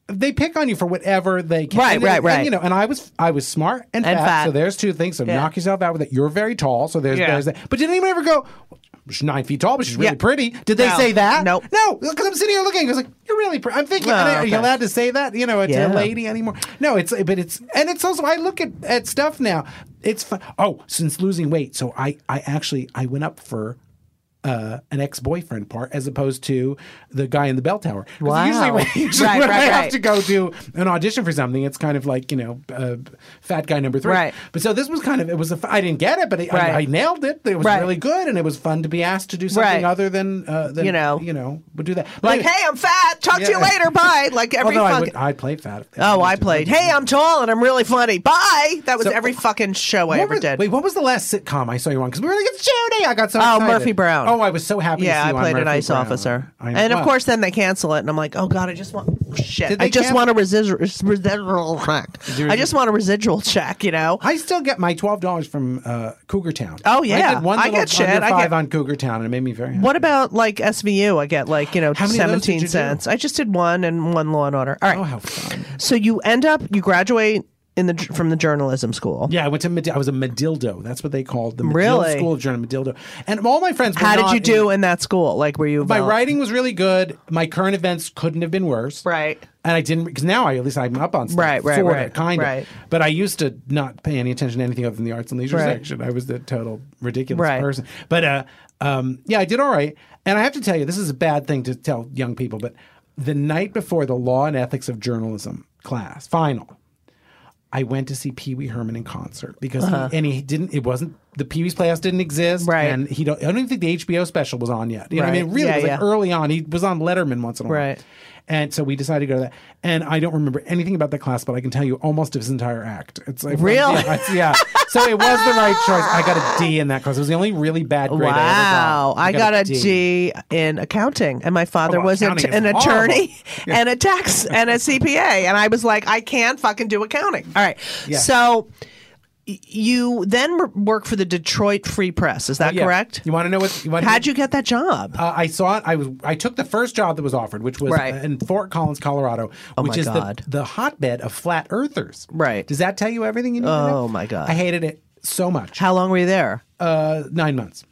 Speaker 3: they pick on you for whatever they can.
Speaker 2: Right,
Speaker 3: And then-
Speaker 2: right,
Speaker 3: and,
Speaker 2: right.
Speaker 3: you know, and I was I was smart and,
Speaker 2: And
Speaker 3: fat,
Speaker 2: fat.
Speaker 3: So there's two things. So
Speaker 2: Yeah.
Speaker 3: knock yourself out with it. You're very tall. So there's
Speaker 2: Yeah.
Speaker 3: there's that. But did anyone ever go? "Well, She's nine feet tall, but she's really
Speaker 2: Yeah.
Speaker 3: pretty. Did they
Speaker 2: No.
Speaker 3: say that?
Speaker 2: Nope.
Speaker 3: No, because I'm sitting here looking. I was like, "You're really pretty." I'm thinking,
Speaker 2: Oh,
Speaker 3: "Are you- are
Speaker 2: okay.
Speaker 3: you allowed to say that?" You know, to
Speaker 2: Yeah.
Speaker 3: a lady anymore. No, it's but it's and it's also I look at, at stuff now. It's fun. Oh, since losing weight, so I I actually I went up for uh, an ex boyfriend part as opposed to the guy in the bell tower. 'Cause
Speaker 2: Wow.
Speaker 3: Usually, when, usually
Speaker 2: Right,
Speaker 3: when
Speaker 2: right,
Speaker 3: I
Speaker 2: right.
Speaker 3: have to go do an audition for something, it's kind of like you know, uh, fat guy number three.
Speaker 2: Right.
Speaker 3: But so this was kind of it was a f- I didn't get it, but it,
Speaker 2: Right.
Speaker 3: I, I nailed it. It was
Speaker 2: Right.
Speaker 3: really good, and it was fun to be asked to do
Speaker 2: Right.
Speaker 3: something other than, uh, than
Speaker 2: You know.
Speaker 3: you know, would do that. But
Speaker 2: "Like,
Speaker 3: anyway,
Speaker 2: hey, I'm fat. Talk to you
Speaker 3: Yeah.
Speaker 2: later. Bye." Like every
Speaker 3: although I
Speaker 2: fucking
Speaker 3: would, I played fat.
Speaker 2: Oh, I played. Hey, I'm tall and I'm really funny. Bye. That was
Speaker 3: So-
Speaker 2: every fucking show I
Speaker 3: What
Speaker 2: ever
Speaker 3: was-
Speaker 2: did.
Speaker 3: Wait, what was the last sitcom I saw you on? Because we were like, it's Jody. I got so
Speaker 2: Oh,
Speaker 3: excited.
Speaker 2: Murphy Brown.
Speaker 3: Oh, I was so happy. to
Speaker 2: yeah,
Speaker 3: see
Speaker 2: I
Speaker 3: you on
Speaker 2: played an
Speaker 3: Murphy
Speaker 2: ice
Speaker 3: Brown.
Speaker 2: officer,
Speaker 3: I-
Speaker 2: and of
Speaker 3: wow.
Speaker 2: course, then they cancel it, and I'm like, oh god, I just want shit.
Speaker 3: Did
Speaker 2: I
Speaker 3: they
Speaker 2: just
Speaker 3: can-
Speaker 2: want a residual residual check.
Speaker 3: you-
Speaker 2: I just want a residual check, you know.
Speaker 3: I still get my twelve dollars from uh, Cougar Town.
Speaker 2: Oh, yeah.
Speaker 3: I did one
Speaker 2: I
Speaker 3: little
Speaker 2: get shit.
Speaker 3: under
Speaker 2: I
Speaker 3: five
Speaker 2: get-
Speaker 3: on Cougar Town, and it made me very happy.
Speaker 2: What about like SVU? I get like you know
Speaker 3: How many of those did
Speaker 2: seventeen
Speaker 3: you do?
Speaker 2: cents. I just did one and one Law and Order. All right.
Speaker 3: Oh, how fun!
Speaker 2: So you end up you graduate in the from the journalism school.
Speaker 3: Yeah, I went to Medi- I was a Medildo. That's what they called the Medill
Speaker 2: Really?
Speaker 3: School of Journalism. Medildo, and all my friends. Were
Speaker 2: How did
Speaker 3: not
Speaker 2: you do
Speaker 3: in-
Speaker 2: in that school? Like, were you
Speaker 3: my
Speaker 2: about-
Speaker 3: writing was really good. My current events couldn't have been worse.
Speaker 2: Right.
Speaker 3: And I didn't because now I at least I'm up on stuff,
Speaker 2: Right, right,
Speaker 3: sorta,
Speaker 2: right,
Speaker 3: kind of.
Speaker 2: right.
Speaker 3: But I used to not pay any attention to anything other than the arts and leisure
Speaker 2: Right.
Speaker 3: section. I was the total ridiculous
Speaker 2: Right.
Speaker 3: person. But uh, um, yeah, I did all right. And I have to tell you, this is a bad thing to tell young people, but the night before the law and ethics of journalism class final, I went to see Pee Wee Herman in concert because he, and he didn't. It wasn't the Pee Wee's Playhouse didn't exist,
Speaker 2: Uh-huh. Right.
Speaker 3: And he don't. I don't even think the HBO special was on yet. You know what I
Speaker 2: Right.
Speaker 3: mean? It really
Speaker 2: Yeah,
Speaker 3: was like
Speaker 2: yeah.
Speaker 3: early on. He was on Letterman once in a while,
Speaker 2: Right.
Speaker 3: And so we decided to go to that. And I don't remember anything about that class, but I can tell you almost of his entire act. It's like,
Speaker 2: Really?
Speaker 3: Yeah, it's- yeah. So it was the right choice. I got a D in that class. It was the only really bad grade
Speaker 2: Wow,
Speaker 3: I
Speaker 2: I
Speaker 3: ever
Speaker 2: got,
Speaker 3: got.
Speaker 2: a D in accounting, and my father
Speaker 3: well,
Speaker 2: was an,
Speaker 3: accounting is
Speaker 2: an
Speaker 3: horrible.
Speaker 2: attorney and a tax and a CPA, and I was like, I can't fucking do accounting. All right, so y- you then r- work for the Detroit Free Press, is that
Speaker 3: Yeah.
Speaker 2: correct?
Speaker 3: You want to know what? You want
Speaker 2: How'd you get that job?
Speaker 3: Uh, I saw it. I was. I took the first job that was offered, which was
Speaker 2: Right. Oh
Speaker 3: in Fort Collins, Colorado, which
Speaker 2: my
Speaker 3: is
Speaker 2: God.
Speaker 3: the the hotbed of flat earthers.
Speaker 2: Right.
Speaker 3: Does that tell you everything you need? to know?
Speaker 2: Oh, my God.
Speaker 3: I hated it so much.
Speaker 2: How long were you there?
Speaker 3: Uh, nine months.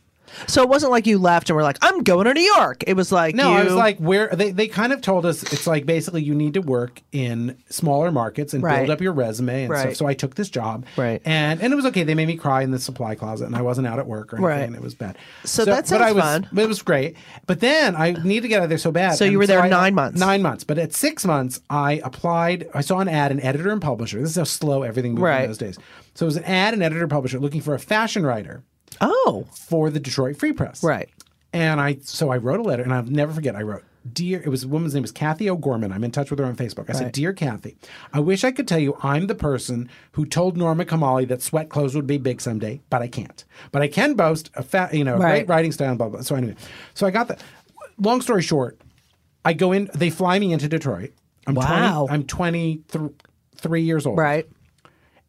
Speaker 2: So it wasn't like you left and were like, I'm going to New York. It was like,
Speaker 3: No,
Speaker 2: you,
Speaker 3: I was like, where they, they kind of told us it's like basically you need to work in smaller markets and
Speaker 2: Right.
Speaker 3: build up your resume. And
Speaker 2: Right.
Speaker 3: so, so I took this job.
Speaker 2: Right.
Speaker 3: And and it was okay. They made me cry in the supply closet and I wasn't out at work or anything.
Speaker 2: Right.
Speaker 3: And it was bad.
Speaker 2: So that
Speaker 3: but I
Speaker 2: sounds
Speaker 3: was,
Speaker 2: fun.
Speaker 3: It was great. But then I need to get out of there so bad.
Speaker 2: So you
Speaker 3: And
Speaker 2: were there
Speaker 3: I-
Speaker 2: nine months.
Speaker 3: Nine months. But at six months, I applied. I saw an ad, an editor and publisher. This is how slow everything moved
Speaker 2: Right.
Speaker 3: in those days. So it was an ad, an editor, publisher looking for a fashion writer
Speaker 2: oh,
Speaker 3: for the Detroit Free Press.
Speaker 2: Right.
Speaker 3: And I so I wrote a letter and I'll never forget I wrote Dear, it was a woman's name was Kathy O'Gorman. I'm in touch with her on Facebook. I said, Dear Kathy, I wish I could tell you I'm the person who told Norma Kamali that sweat clothes would be big someday, but I can't. But I can boast a fat, you know, a
Speaker 2: Right.
Speaker 3: great writing style, blah, blah. So anyway, so I got that. Long story short, I go in, they fly me into Detroit. I'm
Speaker 2: Wow.
Speaker 3: 20, I'm 23 years old
Speaker 2: right.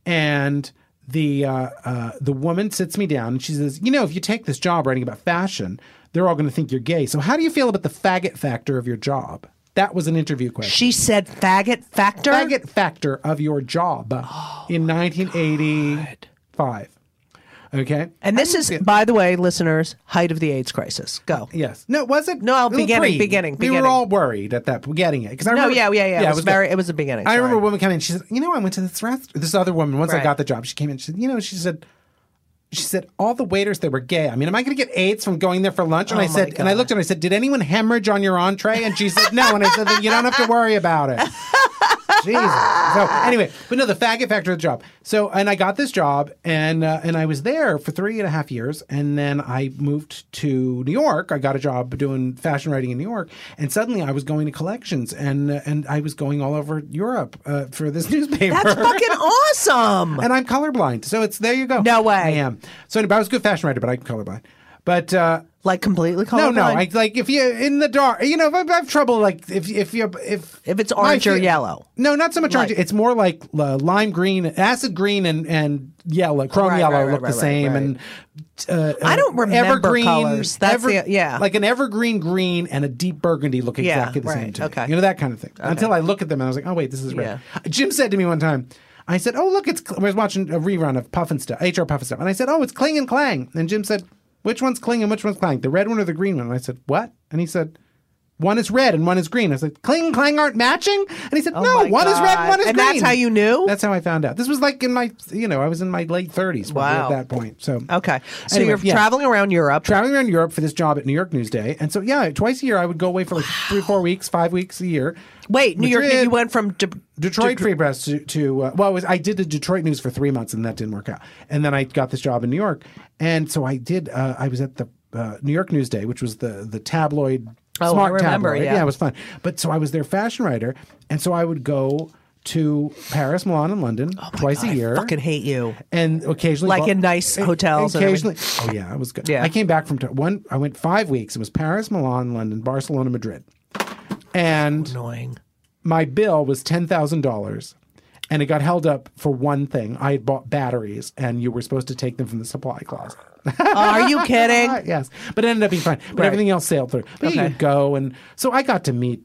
Speaker 3: and the uh, uh, the woman sits me down and she says, "You know, if you take this job writing about fashion, they're all going to think you're gay. So how do you feel about the faggot factor of your job?" That was an interview question.
Speaker 2: She said faggot factor.
Speaker 3: Faggot factor of your job uh,
Speaker 2: Oh
Speaker 3: in 1985. Okay.
Speaker 2: And this is, by the way, listeners, height of the AIDS crisis. Go.
Speaker 3: Yes. No, was it?
Speaker 2: No, oh,
Speaker 3: It was
Speaker 2: beginning,
Speaker 3: green.
Speaker 2: beginning,
Speaker 3: We
Speaker 2: beginning.
Speaker 3: were all worried at that getting it because I
Speaker 2: No,
Speaker 3: remember.
Speaker 2: yeah, yeah, yeah. it was
Speaker 3: good.
Speaker 2: very. It was the beginning.
Speaker 3: I
Speaker 2: sorry.
Speaker 3: remember a woman coming in. She said, "You know, I went to this rest." This other woman, once
Speaker 2: Right.
Speaker 3: I got the job, she came in. She said, "You know," she said, "She said all the waiters they were gay. I mean, am I going to get AIDS from going there for lunch?"
Speaker 2: Oh
Speaker 3: And I said, and I looked at her. I said, "Did anyone hemorrhage on your entree?" And she said, "No." And I said, then "You don't have to worry about it." Jesus.
Speaker 2: Ah.
Speaker 3: So anyway, but no, the faggot factor of the job. So and I got this job, and uh, and I was there for three and a half years, and then I moved to New York. I got a job doing fashion writing in New York, and suddenly I was going to collections, and uh, and I was going all over Europe uh, for this newspaper.
Speaker 2: That's fucking awesome.
Speaker 3: and I'm colorblind, so it's there you go.
Speaker 2: No way.
Speaker 3: I am. So anyway, I was a good fashion writer, but I'm colorblind. But uh,
Speaker 2: Like completely colorblind.
Speaker 3: no, no. I like if you in the dark. You know, if I, I have trouble, like if if you if
Speaker 2: If it's
Speaker 3: my
Speaker 2: orange or
Speaker 3: fe-
Speaker 2: yellow.
Speaker 3: No, not so much
Speaker 2: Like-
Speaker 3: orange. It's more like uh, lime green, acid green, and and yellow, chrome
Speaker 2: Right,
Speaker 3: yellow
Speaker 2: right, right,
Speaker 3: look
Speaker 2: right,
Speaker 3: the same,
Speaker 2: right.
Speaker 3: and uh,
Speaker 2: I don't remember
Speaker 3: evergreen,
Speaker 2: colors. That's the- yeah.
Speaker 3: like an evergreen green and a deep burgundy look
Speaker 2: Yeah,
Speaker 3: exactly the same.
Speaker 2: right,
Speaker 3: To me.
Speaker 2: okay.
Speaker 3: you know that kind of thing. Until I look at them and I was like, oh wait, this is red. Jim said to me one time. I said, "Oh look, it's." Cl-" I was watching a rerun of Puff and Stuff, HR Puff and Stuff, and I said, "Oh, it's Kling and Clang." And Jim said, "Which one's Kling and which one's Clang? The red one or the green one?" And I said, "What?" And he said, "One is red and one is green." I said, "Kling and Clang aren't matching." And he said,
Speaker 2: Oh my
Speaker 3: "No, one is red,
Speaker 2: God.
Speaker 3: and one is
Speaker 2: And
Speaker 3: green."
Speaker 2: that's how you knew?
Speaker 3: That's how I found out. This was like in my, you know, I was in my late thirties
Speaker 2: Wow.
Speaker 3: at that point. So
Speaker 2: Okay. So
Speaker 3: Anyway,
Speaker 2: you're
Speaker 3: yeah.
Speaker 2: traveling around Europe.
Speaker 3: Traveling around Europe for this job at New York Newsday, and so yeah, twice a year I would go away for like three, four weeks, five weeks a year.
Speaker 2: Wait, New York.
Speaker 3: Madrid.
Speaker 2: You went from. De-
Speaker 3: Detroit Free Press to, to uh, well, it was, I did the Detroit News for three months, and that didn't work out. And then I got this job in New York, and so I did. Uh, I was at the uh, New York Newsday, which was the the tabloid
Speaker 2: Oh, I
Speaker 3: smart
Speaker 2: remember,
Speaker 3: tabloid.
Speaker 2: yeah.
Speaker 3: it was fun. But so I was their fashion writer, and so I would go to Paris, Milan, and London twice a year.
Speaker 2: Oh I fucking hate you.
Speaker 3: and occasionally,
Speaker 2: Like in nice
Speaker 3: o-
Speaker 2: hotels and
Speaker 3: Occasionally, oh yeah, it was good.
Speaker 2: Yeah.
Speaker 3: I came back from t- one. I went five weeks. It was Paris, Milan, London, Barcelona, Madrid, and
Speaker 2: Annoying.
Speaker 3: my bill was ten thousand dollars, and it got held up for one thing. I had bought batteries, and you were supposed to take them from the supply closet.
Speaker 2: Are you kidding?
Speaker 3: yes, but it ended up being fine. But
Speaker 2: Right.
Speaker 3: everything else sailed through. But
Speaker 2: Okay.
Speaker 3: you could go, and so I got to meet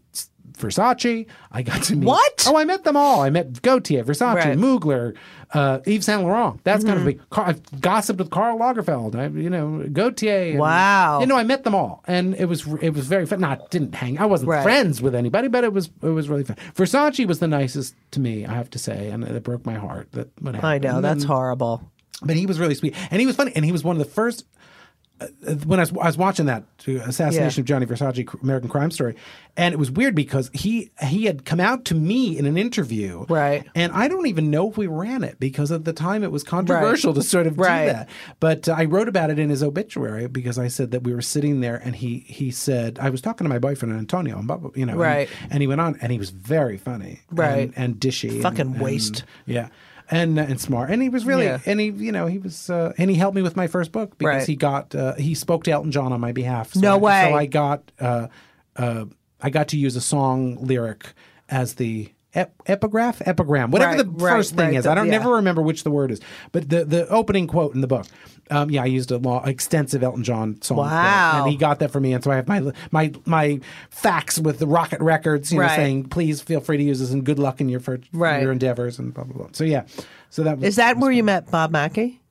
Speaker 3: Versace. I got to meet
Speaker 2: What?
Speaker 3: Oh, I met them all. I met Gautier, Versace,
Speaker 2: Right. Hmm.
Speaker 3: Mugler, uh, Yves Saint Laurent. That's kind of big. Car- I've gossiped with Karl Lagerfeld. I, you know, Gautier. and-
Speaker 2: Wow.
Speaker 3: You know, I met them all, and it was it was very fun. Not didn't hang. I wasn't
Speaker 2: Right.
Speaker 3: friends with anybody, but it was it was really fun. Versace was the nicest to me, I have to say, and it broke my heart that what happened.
Speaker 2: I know.
Speaker 3: And
Speaker 2: That's
Speaker 3: then-
Speaker 2: horrible.
Speaker 3: but he was really sweet, and he was funny, and he was one of the first uh, when I was, I was watching that uh, assassination of Johnny Versace, C- American Crime Story, and it was weird because he he had come out to me in an interview,
Speaker 2: Right.
Speaker 3: And I don't even know if we ran it because at the time it was controversial to sort of
Speaker 2: Right.
Speaker 3: do that. But uh, I wrote about it in his obituary because I said that we were sitting there, and he he said I was talking to my boyfriend Antonio, and blah, blah, you know, and-
Speaker 2: Right.
Speaker 3: And, he went on, and he was very funny,
Speaker 2: Right.
Speaker 3: and, and dishy,
Speaker 2: Fucking
Speaker 3: and- and-
Speaker 2: waste.
Speaker 3: yeah. And, and smart, and he was really,
Speaker 2: Yeah.
Speaker 3: and he, you know, he was, uh, and he helped me with my first book because
Speaker 2: Right.
Speaker 3: he got uh, he spoke to Elton John on my behalf. So
Speaker 2: No
Speaker 3: I,
Speaker 2: way.
Speaker 3: So I got uh, uh, I got to use a song lyric as the ep- epigraph, epigram, whatever
Speaker 2: Right,
Speaker 3: the
Speaker 2: right,
Speaker 3: first thing
Speaker 2: right,
Speaker 3: is.
Speaker 2: the-
Speaker 3: I don't
Speaker 2: yeah.
Speaker 3: never remember which the word is, but the the opening quote in the book. Um, yeah, I used a long, extensive Elton John song, quote,
Speaker 2: Wow.
Speaker 3: and he got that for me, and so I have my my my facts with the Rocket Records, you know,
Speaker 2: Right.
Speaker 3: saying please feel free to use this and good luck in your fir-
Speaker 2: Right.
Speaker 3: your endeavors and blah blah blah. So yeah, so that was,
Speaker 2: Is that where you met Bob Mackey?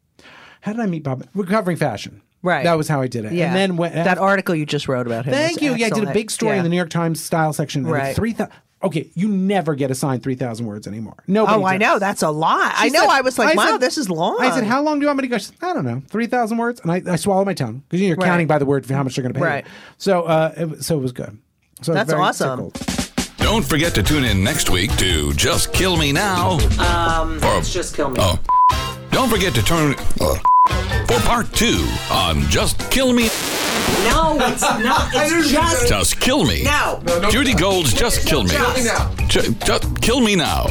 Speaker 3: how did I meet Bob? Recovering fashion.
Speaker 2: Right.
Speaker 3: That was how I did it.
Speaker 2: Yeah.
Speaker 3: And then when,
Speaker 2: that article you just wrote about him.
Speaker 3: Thank
Speaker 2: was
Speaker 3: you. Yeah, I did a
Speaker 2: excellent.
Speaker 3: big story
Speaker 2: Yeah.
Speaker 3: in the New York Times style section.
Speaker 2: Right.
Speaker 3: Three thousand. Okay, you never get assigned three thousand words anymore. Nobody.
Speaker 2: Oh, I
Speaker 3: does.
Speaker 2: know. That's a lot. I
Speaker 3: She
Speaker 2: know.
Speaker 3: said-
Speaker 2: I was like,
Speaker 3: I
Speaker 2: wow,
Speaker 3: said-
Speaker 2: this is long.
Speaker 3: I said, how long do you want me to go? She said, I don't know, three thousand words, and I, I swallowed my tongue because you're
Speaker 2: Right.
Speaker 3: counting by the word for how much they're going to pay. you.
Speaker 2: Right.
Speaker 3: So, uh, it, was- so it was good. So I was
Speaker 2: That's
Speaker 3: very
Speaker 2: awesome.
Speaker 3: tickled.
Speaker 5: Don't forget to tune in next week to Just Kill Me Now. Um, for,
Speaker 4: Just kill me.
Speaker 5: oh, don't forget to turn uh, for part two on Just Kill Me.
Speaker 4: No, it's not. It's just
Speaker 5: Just Kill Me.
Speaker 4: now.
Speaker 5: Judy Gold's Just Kill Me.
Speaker 6: Kill Me Now.
Speaker 5: Ju- just Kill Me Now.